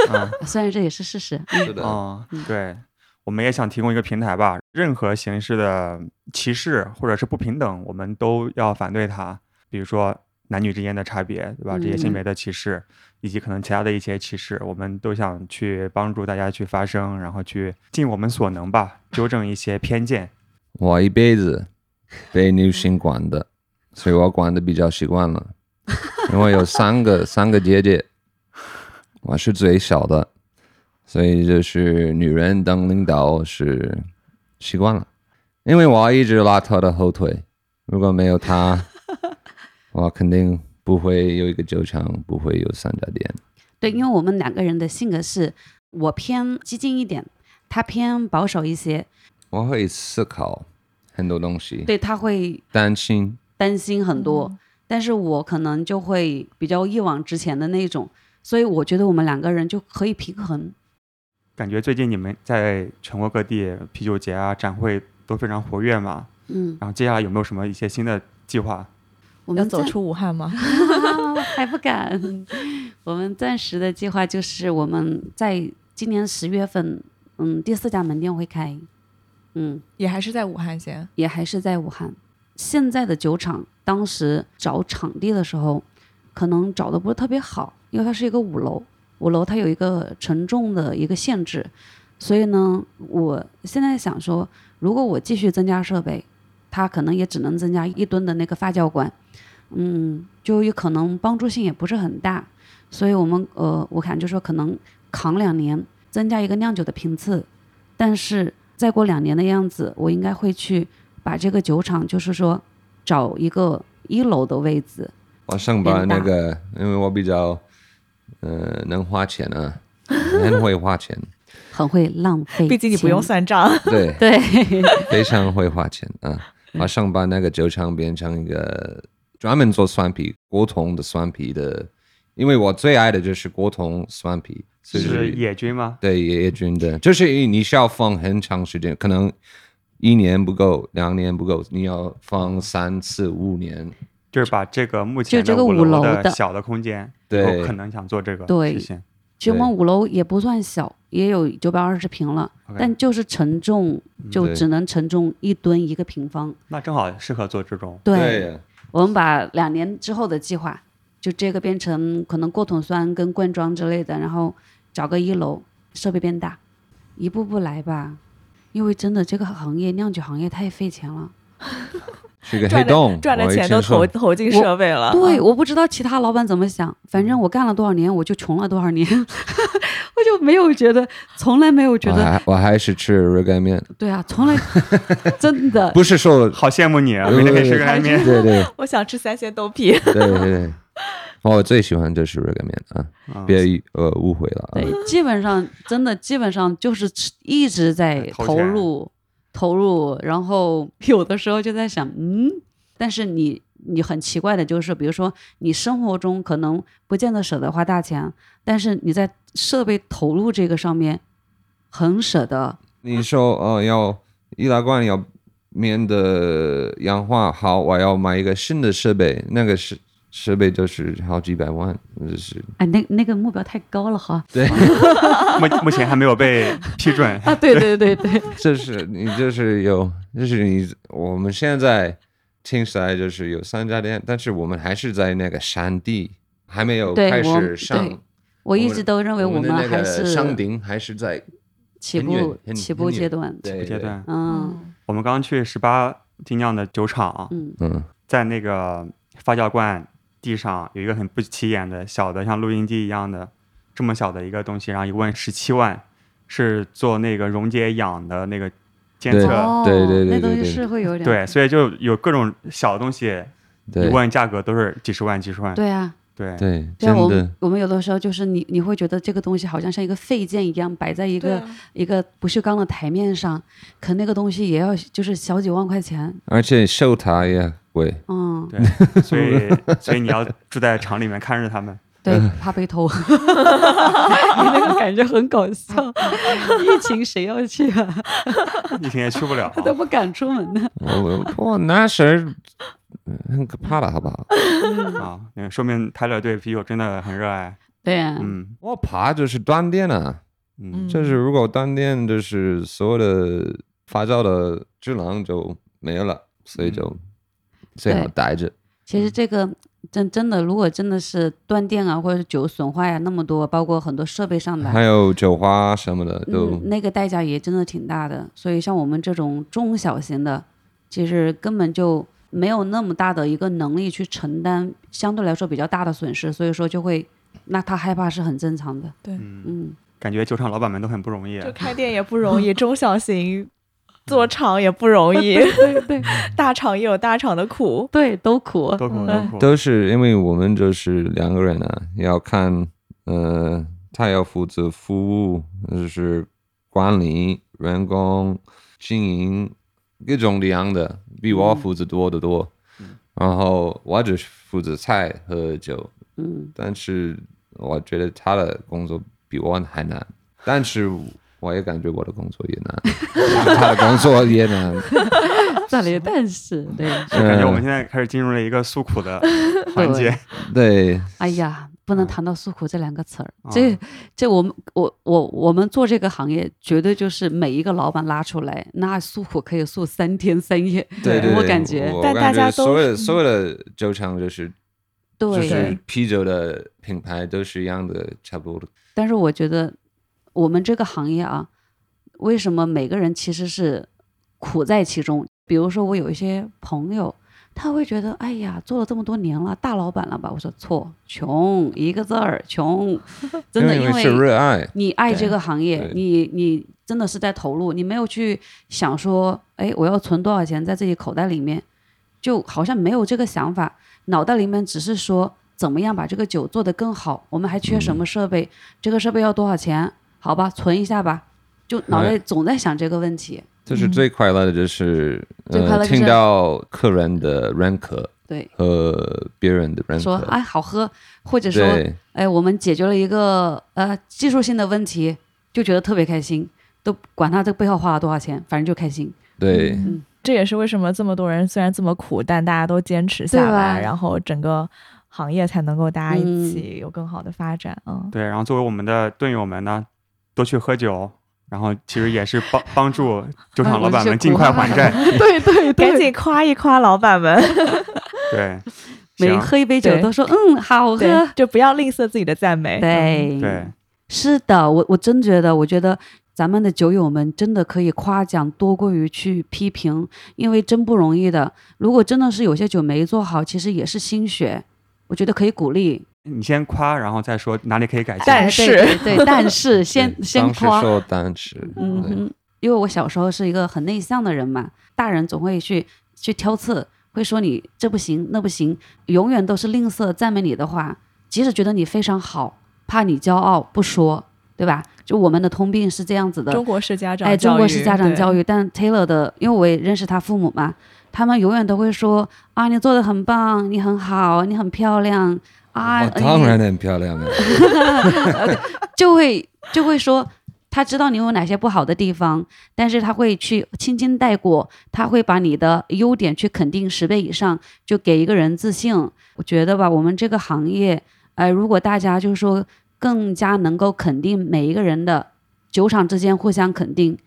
Speaker 2: 啊
Speaker 4: 虽然这也是事实，
Speaker 5: 是的，
Speaker 2: 啊，对，我们也想提供一个平台吧，任何形式的歧视或者是不平等，我们都要反对它，比如说男女之间的差别，对吧？这些性
Speaker 4: 嗯
Speaker 2: 别的歧视，以及可能其他的一些歧视，我们都想去帮助大家去发声，然后去尽我们所能吧，纠正一些偏见。
Speaker 5: 我一辈子被女性管的，所以我管的比较习惯了。因为有三个三个姐姐，我是最小的，所以就是女人当领导是习惯了。因为我一直拉她的后腿，如果没有她，我肯定不会有一个酒厂，不会有三家店。
Speaker 4: 对，因为我们两个人的性格是，我偏激进一点，他偏保守一些，
Speaker 5: 我会思考很多东西，
Speaker 4: 对他会
Speaker 5: 担心
Speaker 4: 担心很多，
Speaker 3: 嗯
Speaker 4: 但是我可能就会比较一往直前的那种，所以我觉得我们两个人就可以平衡。
Speaker 2: 感觉最近你们在全国各地啤酒节啊、展会都非常活跃嘛，
Speaker 4: 嗯，
Speaker 2: 然后接下来有没有什么一些新的计划？
Speaker 4: 我
Speaker 3: 要
Speaker 4: 们
Speaker 3: 走
Speaker 4: 暂
Speaker 3: 出武汉 吗？
Speaker 4: 啊还不敢。我们暂时的计划就是我们在今年十月份，嗯，第四家门店会开，嗯，
Speaker 3: 也还是在武汉先？
Speaker 4: 也还是在武汉。现在的酒厂当时找场地的时候，可能找的不是特别好，因为它是一个五楼，五楼它有一个承重的一个限制，所以呢，我现在想说，如果我继续增加设备，它可能也只能增加一吨的那个发酵罐，嗯，就有可能帮助性也不是很大，所以我们呃，我看就说可能扛两年，增加一个酿酒的频次，但是再过两年的样子，我应该会去把这个酒厂，就是说找一个一楼的位置，
Speaker 5: 我上班
Speaker 4: 人
Speaker 5: 那
Speaker 4: 大
Speaker 5: 个，因为我比较，呃，能花钱啊，很会 花钱，
Speaker 4: 很会浪费钱。
Speaker 3: 毕竟你不用算账。
Speaker 4: 嗯
Speaker 5: 对，
Speaker 4: 对，嗯
Speaker 5: 非常会花钱啊。我上班那个酒厂变成一个专门做酸啤果桶的酸啤的，因为我最爱的就是果桶酸啤，所以就是
Speaker 2: 是野军吗？
Speaker 5: 对野野军的，就是你需要放很长时间，可能一年不够，两年不够，你要放三四五年。
Speaker 2: 就是把这个目前
Speaker 4: 就这
Speaker 2: 的
Speaker 4: 个
Speaker 2: 五
Speaker 4: 五
Speaker 2: 楼
Speaker 4: 楼
Speaker 2: 的
Speaker 4: 的
Speaker 2: 小的空间，
Speaker 5: 对
Speaker 2: 我可能想做这个
Speaker 4: 对
Speaker 2: 事情，
Speaker 4: 其实我们五楼也不算小，也有九百二十平了
Speaker 2: OK
Speaker 4: 但就是承重就
Speaker 5: 对
Speaker 4: 只能承重一吨一个平方。
Speaker 2: 那正好适合做这种
Speaker 4: 对，
Speaker 5: 对
Speaker 4: 我们把两年之后的计划，就这个变成可能过桶酸跟灌装之类的，然后找个一楼设备变大，一步步来吧。因为真的这个行业酿酒行业太费钱了，
Speaker 5: 是个黑
Speaker 3: 赚的
Speaker 5: 洞，
Speaker 3: 赚的
Speaker 5: 我以
Speaker 3: 钱
Speaker 5: 前
Speaker 3: 都
Speaker 5: 说
Speaker 3: 投投进
Speaker 4: 我
Speaker 3: 设备了。
Speaker 4: 对，
Speaker 3: 嗯，
Speaker 4: 我不知道其他老板怎么想，反正我干了多少年，我就穷了多少年， 我就没有觉得，从来没有觉
Speaker 5: 我
Speaker 4: 得，
Speaker 5: 还我还是吃热干面，
Speaker 4: 对啊，从来真的
Speaker 5: 不是说
Speaker 2: 好羡慕你啊！每
Speaker 5: 对
Speaker 2: 天可以吃
Speaker 5: 对对
Speaker 2: 个干面
Speaker 5: 对对
Speaker 3: 我想吃三鲜豆皮。
Speaker 5: 对对对，哦我最喜欢就是热干面啊，
Speaker 2: 嗯
Speaker 5: 别呃误会了啊，
Speaker 4: 对，基本上真的基本上就是吃一直在
Speaker 2: 投
Speaker 4: 投
Speaker 2: 钱
Speaker 4: 入投入，然后 有的时候就在想，嗯，但是你你很奇怪的就是，比如说你生活中可能不见得舍得花大钱，但是你在设备投入这个上面很舍得，
Speaker 5: 你说哦要易拉罐要面的氧化，好，我要买一个新的设备，那个是。设备就是好几百万，就是
Speaker 4: 哎，那那个目标太高了哈。。
Speaker 5: 对，
Speaker 2: 目目前还没有被批准
Speaker 4: 啊，对对对对，
Speaker 5: 这是你就是有，就是你我们现在听起来就是有三家店，但是我们还是在那个山地，还没有
Speaker 4: 对
Speaker 5: 开
Speaker 4: 我
Speaker 5: 始
Speaker 4: 们对
Speaker 5: 上
Speaker 4: 我一直都认为
Speaker 5: 我
Speaker 4: 们
Speaker 5: 的那
Speaker 4: 还
Speaker 5: 个
Speaker 4: 是
Speaker 5: 上顶还是在
Speaker 4: 起
Speaker 5: 很远
Speaker 4: 步
Speaker 5: 很
Speaker 4: 起
Speaker 5: 很
Speaker 4: 步
Speaker 5: 远
Speaker 4: 阶段，
Speaker 5: 对
Speaker 2: 阶段，
Speaker 4: 嗯
Speaker 2: 我们刚刚去十八精酿的酒厂，
Speaker 4: 嗯，
Speaker 5: 嗯
Speaker 2: 在那个发酵罐地上有一个很不起眼的小的，像录音机一样的这么小的一个东西，然后一问十七万，是做那个溶解氧的那个监
Speaker 5: 对啊
Speaker 2: 测。
Speaker 4: 哦，
Speaker 5: 对对对
Speaker 4: 那东西
Speaker 5: 对
Speaker 4: 是会有点
Speaker 2: 对，啊所以就有各种小东西，一
Speaker 5: 对
Speaker 2: 问价格都是几十万、几十万。
Speaker 4: 对啊，
Speaker 2: 对
Speaker 5: 对，
Speaker 4: 对啊，
Speaker 5: 真
Speaker 4: 我
Speaker 5: 的
Speaker 4: 们我们有的时候就是你你会觉得这个东西好像像一个废件一样摆在一
Speaker 3: 对
Speaker 4: 个、
Speaker 3: 啊
Speaker 4: 一个不锈钢的台面上，可那个东西也要就是小几万块钱，
Speaker 5: 而且秀塔也贵，
Speaker 4: 嗯，
Speaker 2: 对，所以所以你要住在厂里面看着他们。
Speaker 4: 对，怕被偷， 你那个感觉很搞笑，疫情谁要去啊？
Speaker 2: 疫情也去不了。
Speaker 4: 都不敢出门呢。
Speaker 5: 我我我那时儿嗯很可怕的，好不好？
Speaker 2: 啊，嗯说明泰勒对啤酒真的很热爱。
Speaker 4: 对啊，
Speaker 2: 嗯
Speaker 5: 我怕就是断电啊，
Speaker 2: 嗯，
Speaker 5: 就是如果断电，就是所有的发酵的质量就没有了，所以就最好
Speaker 4: 嗯对
Speaker 5: 待着。
Speaker 4: 其
Speaker 5: 嗯
Speaker 4: 实这个真真的，如果真的是断电啊，或者是酒损坏啊，那么多，包括很多设备上的，
Speaker 5: 还有酒花什么的都
Speaker 4: 嗯，那个代价也真的挺大的。所以像我们这种中小型的，其实根本就没有那么大的一个能力去承担相对来说比较大的损失，所以说就会，那他害怕是很正常的。
Speaker 3: 对
Speaker 4: 嗯，
Speaker 2: 感觉酒厂老板们都很不容易。啊
Speaker 3: 就开店也不容易，中小型做厂也不容易，
Speaker 4: 对对
Speaker 3: 大厂也有大厂的苦。
Speaker 4: 对，都苦。
Speaker 2: 多苦多
Speaker 4: 嗯
Speaker 2: 苦，
Speaker 5: 都是因为我们就是两个人啊，要看，呃，他要负责服务，就是管理员工、经营各种各样的，比
Speaker 4: 嗯
Speaker 5: 我负责多得多。然后我只是负责菜和酒，
Speaker 4: 嗯，
Speaker 5: 但是我觉得他的工作比我还难，但是我也感觉我的工作也难，就是他的工作也难。
Speaker 4: 这里但是对，
Speaker 2: 就感觉我
Speaker 5: 嗯
Speaker 2: 们现在开始进入了一个诉苦的环节。
Speaker 5: 对，
Speaker 4: 哎呀，不
Speaker 5: 嗯
Speaker 4: 能谈到诉苦这两个词儿。
Speaker 5: 啊
Speaker 4: 这这我们我我我们做这个行业，绝对就是每一个老板拉出来，那诉苦可以诉三天三夜。
Speaker 5: 对对
Speaker 4: 我
Speaker 5: 对
Speaker 4: 感觉
Speaker 5: 我
Speaker 3: 但
Speaker 5: 感
Speaker 3: 大
Speaker 5: 觉
Speaker 3: 家都
Speaker 5: 所有的所有的酒厂就是
Speaker 4: 对，
Speaker 5: 就是啤酒的品牌都是一样的，差不多的。
Speaker 4: 但是我觉得我们这个行业啊，为什么每个人其实是苦在其中？比如说我有一些朋友，他会觉得，哎呀，做了这么多年了，大老板了吧？我说错，穷一个字儿，穷，真的，
Speaker 5: 因
Speaker 4: 因
Speaker 5: 为是
Speaker 4: 为嗯
Speaker 5: 热爱，
Speaker 4: 你爱这个行业
Speaker 5: 对，
Speaker 4: 你你真的是在投入，你没有去想说，哎，我要存多少钱在自己口袋里面，就好像没有这个想法，脑袋里面只是说怎么样把这个酒做得更好，我们还缺什么设
Speaker 5: 嗯
Speaker 4: 备，这个设备要多少钱，好吧，存一下吧，就脑袋
Speaker 5: 哎
Speaker 4: 总在想这个问题，
Speaker 5: 就是最快乐的就是、
Speaker 4: 最快乐就
Speaker 5: 呃、
Speaker 4: 是
Speaker 5: 听到客人的认可
Speaker 4: 对，
Speaker 5: 和别人的认可。
Speaker 4: 说哎好喝，或者说
Speaker 5: 对
Speaker 4: 哎，我们解决了一个呃技术性的问题，就觉得特别开心，都管他这背后花了多少钱，反正就开心，嗯
Speaker 5: 对，
Speaker 3: 这也是为什么这么多人虽然这么苦，但大家都坚持下
Speaker 4: 对吧啊嗯
Speaker 3: 来，然后整个行业才能够大家一起有更好的发展。嗯，
Speaker 2: 对，然后作为我们的队友们呢，多去喝酒，然后其实也是帮帮助酒厂老板们尽快还债。
Speaker 4: 对 对
Speaker 3: 赶紧夸一夸老板们，
Speaker 2: 对，
Speaker 4: 每
Speaker 2: 行，
Speaker 4: 喝一杯酒
Speaker 3: 对
Speaker 4: 都说嗯好
Speaker 3: 对
Speaker 4: 喝，，
Speaker 3: 就不要吝啬自己的赞美。嗯，
Speaker 4: 对
Speaker 2: 对，
Speaker 4: 是的，我我真觉得，我觉得咱们的酒友们真的可以夸奖多过于去批评，因为真不容易的。如果真的是有些酒没做好，其实也是心血，我觉得可以鼓励。
Speaker 2: 你先夸，然后再说哪里可以改进。
Speaker 3: 但是
Speaker 4: 哎对对对但是先
Speaker 5: 对
Speaker 4: 先
Speaker 5: 当时
Speaker 4: 夸，
Speaker 5: 说当时，
Speaker 4: 嗯
Speaker 5: 对
Speaker 4: 哼，因为我小时候是一个很内向的人嘛，大人总会去去挑刺，会说你这不行那不行，永远都是吝啬赞美你的话，即使觉得你非常好，怕你骄傲不说，对吧？就我们的通病是这样子的，
Speaker 3: 中国式家长
Speaker 4: 哎，中国式家长教
Speaker 3: 育
Speaker 4: 育，但 Taylor 的，因为我也认识他父母嘛，他们永远都会说啊，你做的很棒，你很好，你很漂亮啊，
Speaker 5: 哦当然
Speaker 4: 你
Speaker 5: 很漂亮啊，
Speaker 4: 就会就会说。他知道你有哪些不好的地方，但是他会去轻轻带过，他会把你的优点去肯定十倍以上，就给一个人自信。我觉得吧，我们这个行业，呃，如果大家就是说更加能够肯定每一个人的酒厂之间互相肯定，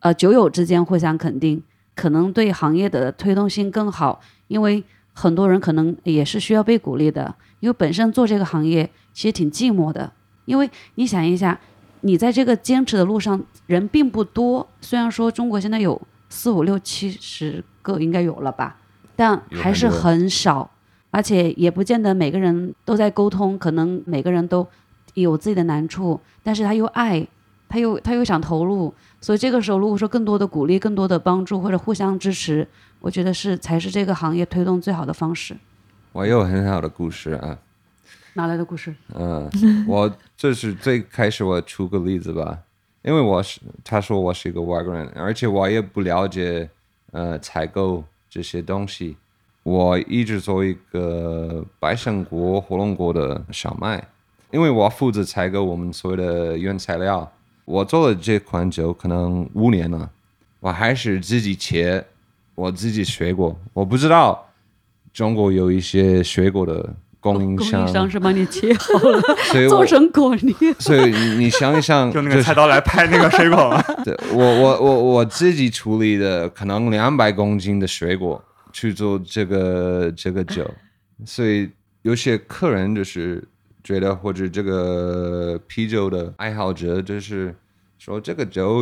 Speaker 4: 呃，酒友之间互相肯定，可能对行业的推动性更好，因为很多人可能也是需要被鼓励的，因为本身做这个行业其实挺寂寞的，因为你想一下，你在这个坚持的路上人并不多，虽然说中国现在有四五六七十个应该有了吧，但
Speaker 5: 有
Speaker 4: 还是
Speaker 5: 很多
Speaker 4: 很少，而且也不见得每个人都在沟通，可能每个人都有自己的难处，但是他又爱，他又他又想投入，所以这个时候如果说更多的鼓励、更多的帮助或者互相支持，我觉得是才是这个行业推动最好的方式。
Speaker 5: 我有很好的故事啊。
Speaker 4: 哪来的故事？
Speaker 5: 嗯， 我这是最开始我出个例子吧，因为我是他说我是一个外国人，而且我也不了解呃采购这些东西，我一直做一个白胜国火龙果的小麦，因为我负责采购我们所有的原材料，我做了这款酒可能五年了，我还是自己切，我自己学过，我不知道中国有一些水果的供应
Speaker 4: 供
Speaker 5: 商
Speaker 4: 应。商是帮你切好了，
Speaker 5: 所以我
Speaker 4: 做成果泥。
Speaker 5: 所以你你想一想，
Speaker 2: 就那个菜刀来拍那个水果嘛。
Speaker 5: 对我我我我自己处理的可能两百公斤的水果去做这个这个酒，所以有些客人就是觉得或者这个啤酒的爱好者就是说这个酒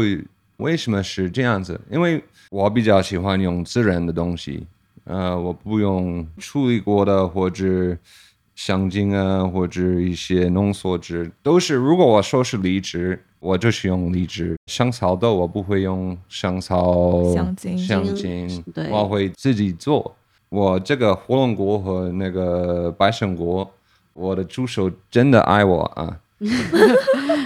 Speaker 5: 为什么是这样子？因为我比较喜欢用自然的东西，呃，我不用处理过的或者香精啊，或者一些浓缩汁，都是如果我说是梨汁，我就是用梨汁；香草豆我不会用香草
Speaker 3: 香精
Speaker 5: 香精
Speaker 4: 对
Speaker 5: 我会自己做。我这个火龙果和那个白胜果，我的助手真的爱我啊！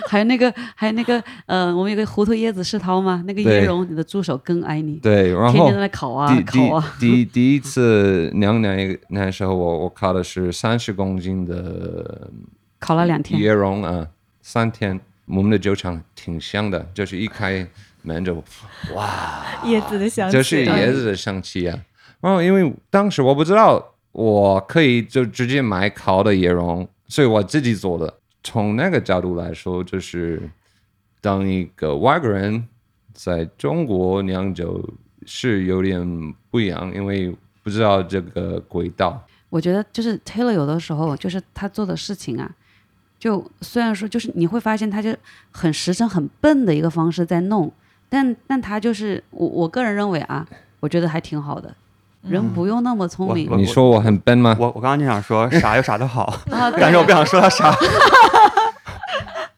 Speaker 4: 还有那个，还有那个，呃，我们有个胡头椰子世涛嘛，那个椰
Speaker 5: 对
Speaker 4: 蓉，你的助手更爱你，
Speaker 5: 对，然后
Speaker 4: 天天在那烤啊
Speaker 5: 第
Speaker 4: 烤啊。
Speaker 5: 第第第一次娘娘那时候我我烤的是三十公斤的
Speaker 4: 烤了两天，
Speaker 5: 椰蓉啊，三天。我们的酒厂挺香的，就是一开门就
Speaker 3: 叶子的想
Speaker 5: 就是椰子的香气啊。然后因为当时我不知道我可以就直接买烤的椰蓉，所以我自己做的。从那个角度来说，就是当一个外国人在中国酿酒是有点不一样，因为不知道这个轨道。
Speaker 4: 我觉得就是 Taylor 有的时候就是他做的事情啊，就虽然说就是你会发现他就很实诚、很笨的一个方式在弄，但但他就是我我个人认为啊，我觉得还挺好的，人不用那么聪明
Speaker 2: 我
Speaker 5: 你说嗯我很笨吗？
Speaker 2: 我我刚刚就想说傻有傻的好，
Speaker 4: 啊，对
Speaker 2: 但是我不想说他傻。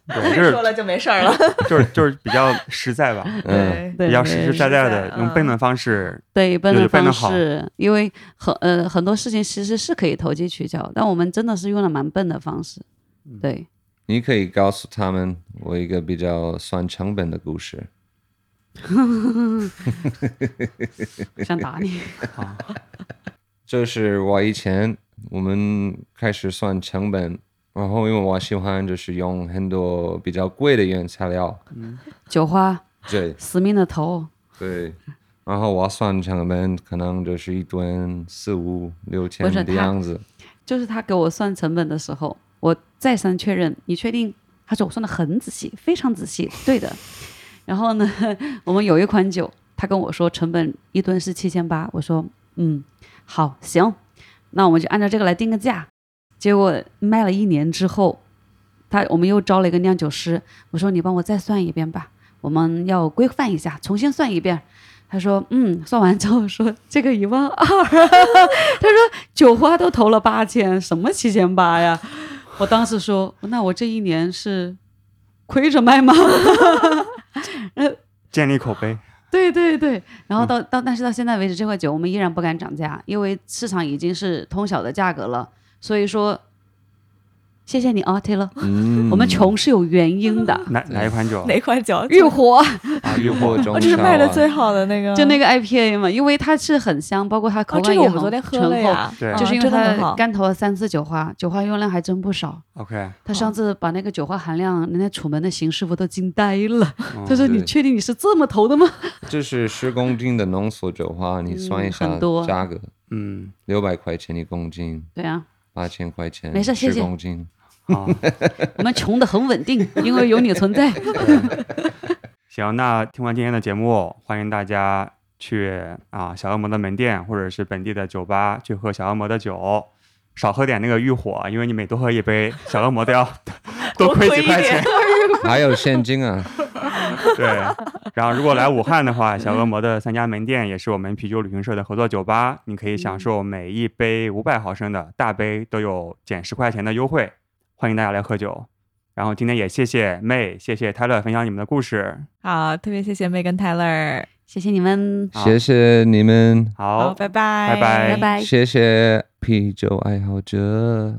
Speaker 2: 对，就是
Speaker 3: 说了就没事儿了。
Speaker 2: 就是就是比较实在吧，
Speaker 5: 嗯，
Speaker 4: 对
Speaker 2: 比较实实在在的
Speaker 3: 对
Speaker 2: 用笨的方式。
Speaker 4: 对，笨
Speaker 2: 就是
Speaker 4: 的
Speaker 2: 笨
Speaker 4: 方
Speaker 2: 得好
Speaker 4: 式，因为很呃很多事情其实是可以投机取巧，但我们真的是用了蛮笨的方式，对，
Speaker 5: 你可以告诉他们我一个比较算成本的故事。
Speaker 4: 想打你，
Speaker 5: 这是我以前我们开始算成本，然后因为我喜欢就是用很多比较贵的原材 料，
Speaker 4: 酒花
Speaker 5: 对
Speaker 4: 死命的投，
Speaker 5: 对，然后我算成本可能就是一吨四五六千
Speaker 4: 不是
Speaker 5: 的
Speaker 4: 他
Speaker 5: 样子，
Speaker 4: 就是他给我算成本的时候，我再三确认，你确定？他说我算的很仔细，非常仔细，对的。 然后呢， 我们有一款酒，他跟我说成本一吨是七千八，我说嗯，好行，那我们就按照这个来定个价。结果卖了一年之后，他我们又招了一个酿酒师，我说你帮我再算一遍吧，我们要规范一下，重新算一遍。他说：“嗯，算完之后说这个一万二，他说酒花都投了八千，什么七千八呀？”我当时说：“那我这一年是亏着卖 吗？”
Speaker 2: 建立口碑。
Speaker 4: 对对对，然后到
Speaker 3: 嗯
Speaker 4: 到但是到现在为止，这块酒我们依然不敢涨价，因为市场已经是通晓的价格了。所以说，谢谢你啊，Taylor，、
Speaker 5: 嗯，
Speaker 4: 我们穷是有原因
Speaker 3: 嗯
Speaker 4: 的。
Speaker 2: 哪哪一款酒？
Speaker 3: 哪款酒？
Speaker 4: 欲火
Speaker 3: 嗯
Speaker 5: 啊，诱惑中
Speaker 3: 哦，这是卖的
Speaker 5: 烧啊
Speaker 3: 最好的那个，
Speaker 4: 就那个 IPA 嘛，因为它是很香，包括它口
Speaker 3: 哦，这
Speaker 4: 感
Speaker 3: 个
Speaker 4: 也
Speaker 3: 我
Speaker 4: 很
Speaker 3: 们昨天喝了
Speaker 4: 醇厚，
Speaker 3: 呀，
Speaker 2: 对
Speaker 3: 嗯
Speaker 4: 就是因为
Speaker 3: 真的很
Speaker 4: 它
Speaker 3: 好。
Speaker 4: 干投了三次酒花，酒花用量还真不少。
Speaker 2: OK，
Speaker 4: 他上次把那个酒花含量，人家楚门的邢师傅都惊呆了。
Speaker 2: 嗯
Speaker 4: 他说：“你
Speaker 5: 对
Speaker 4: 确定你是这么投的吗
Speaker 5: 这是十公斤的浓缩酒花，你算一
Speaker 4: 嗯
Speaker 5: 下
Speaker 4: 很多
Speaker 5: 价格，
Speaker 2: 嗯，
Speaker 5: 六百块钱一公斤，？”
Speaker 4: 对啊，
Speaker 5: 八千块钱，
Speaker 4: 没事谢谢
Speaker 5: 十公斤。
Speaker 2: 好，
Speaker 4: 我们穷的很稳定，因为有你存在。
Speaker 2: 行，那听完今天的节目，欢迎大家去啊小恶魔的门店或者是本地的酒吧去喝小恶魔的酒，少喝点那个欲火，因为你每多喝一杯，小恶魔都要 多亏几块钱。
Speaker 5: 还有现 金啊！
Speaker 2: 对，然后如果来武汉的话，小恶魔的三家门店也是我们啤酒旅行社的合作酒吧，你可以享受每一杯五百毫升的大杯都有减十块钱的优惠，欢迎大家来喝酒。然后今天也谢谢 May，谢谢 Tyler 分享你们的故事。
Speaker 3: 好，特别谢谢 Megan Tyler，
Speaker 4: 谢谢你们，
Speaker 2: 好
Speaker 5: 谢谢你们，
Speaker 2: 啊好，
Speaker 3: 拜拜，
Speaker 2: 拜拜
Speaker 4: 拜拜。
Speaker 5: 谢谢啤酒爱好者。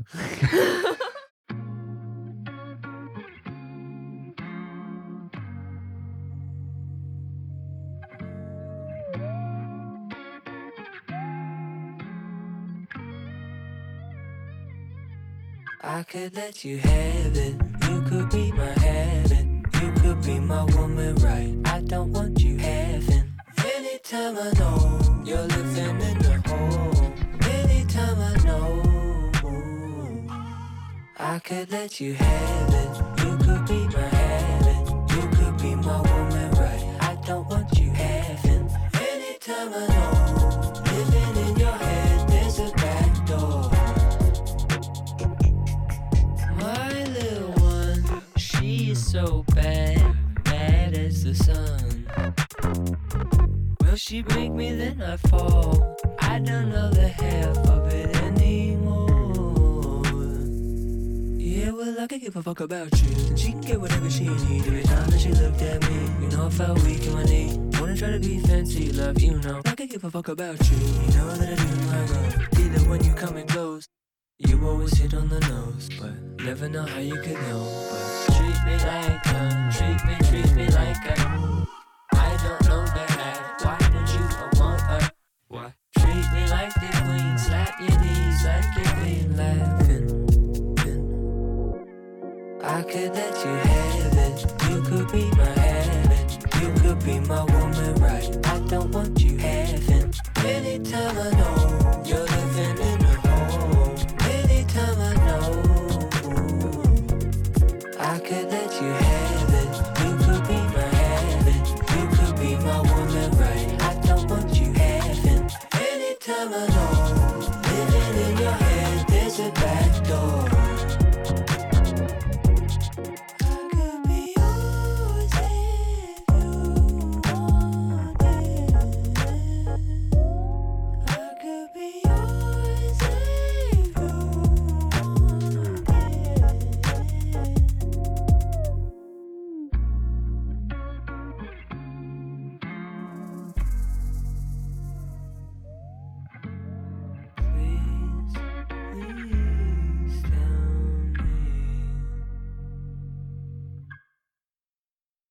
Speaker 1: I could let you have it. You could be my heaven. You could be my woman, right? I don't want you having. Anytime I know you're living in the hole. Anytime I know. I could let you have it. You could be my heaven. You could be my woman, right? I don't want you having. Anytime I know. Living in your head, there's a back door. My little one, she's so bad, bad as the sun. Will she break me then I fall? I don't know the half of it anymore. Yeah, well, I could give a fuck about you. And she can get whatever she needs. Every time that she looked at me, you know I felt weak in my knee. Wanna try to be fancy, love, you know. I could give a fuck about you. You know that I do, my girl. Be the one you come and goes. You always hit on the nose, but never know how you could know. But treat me like a, treat me, treat me like a. I don't know the half. Why would you want her? Why? Treat me like the queen, slap your knees like you're queen, laughing. I could let you have it. You could be my heaven. You could be my woman, right? I don't want you having. Anytime I know.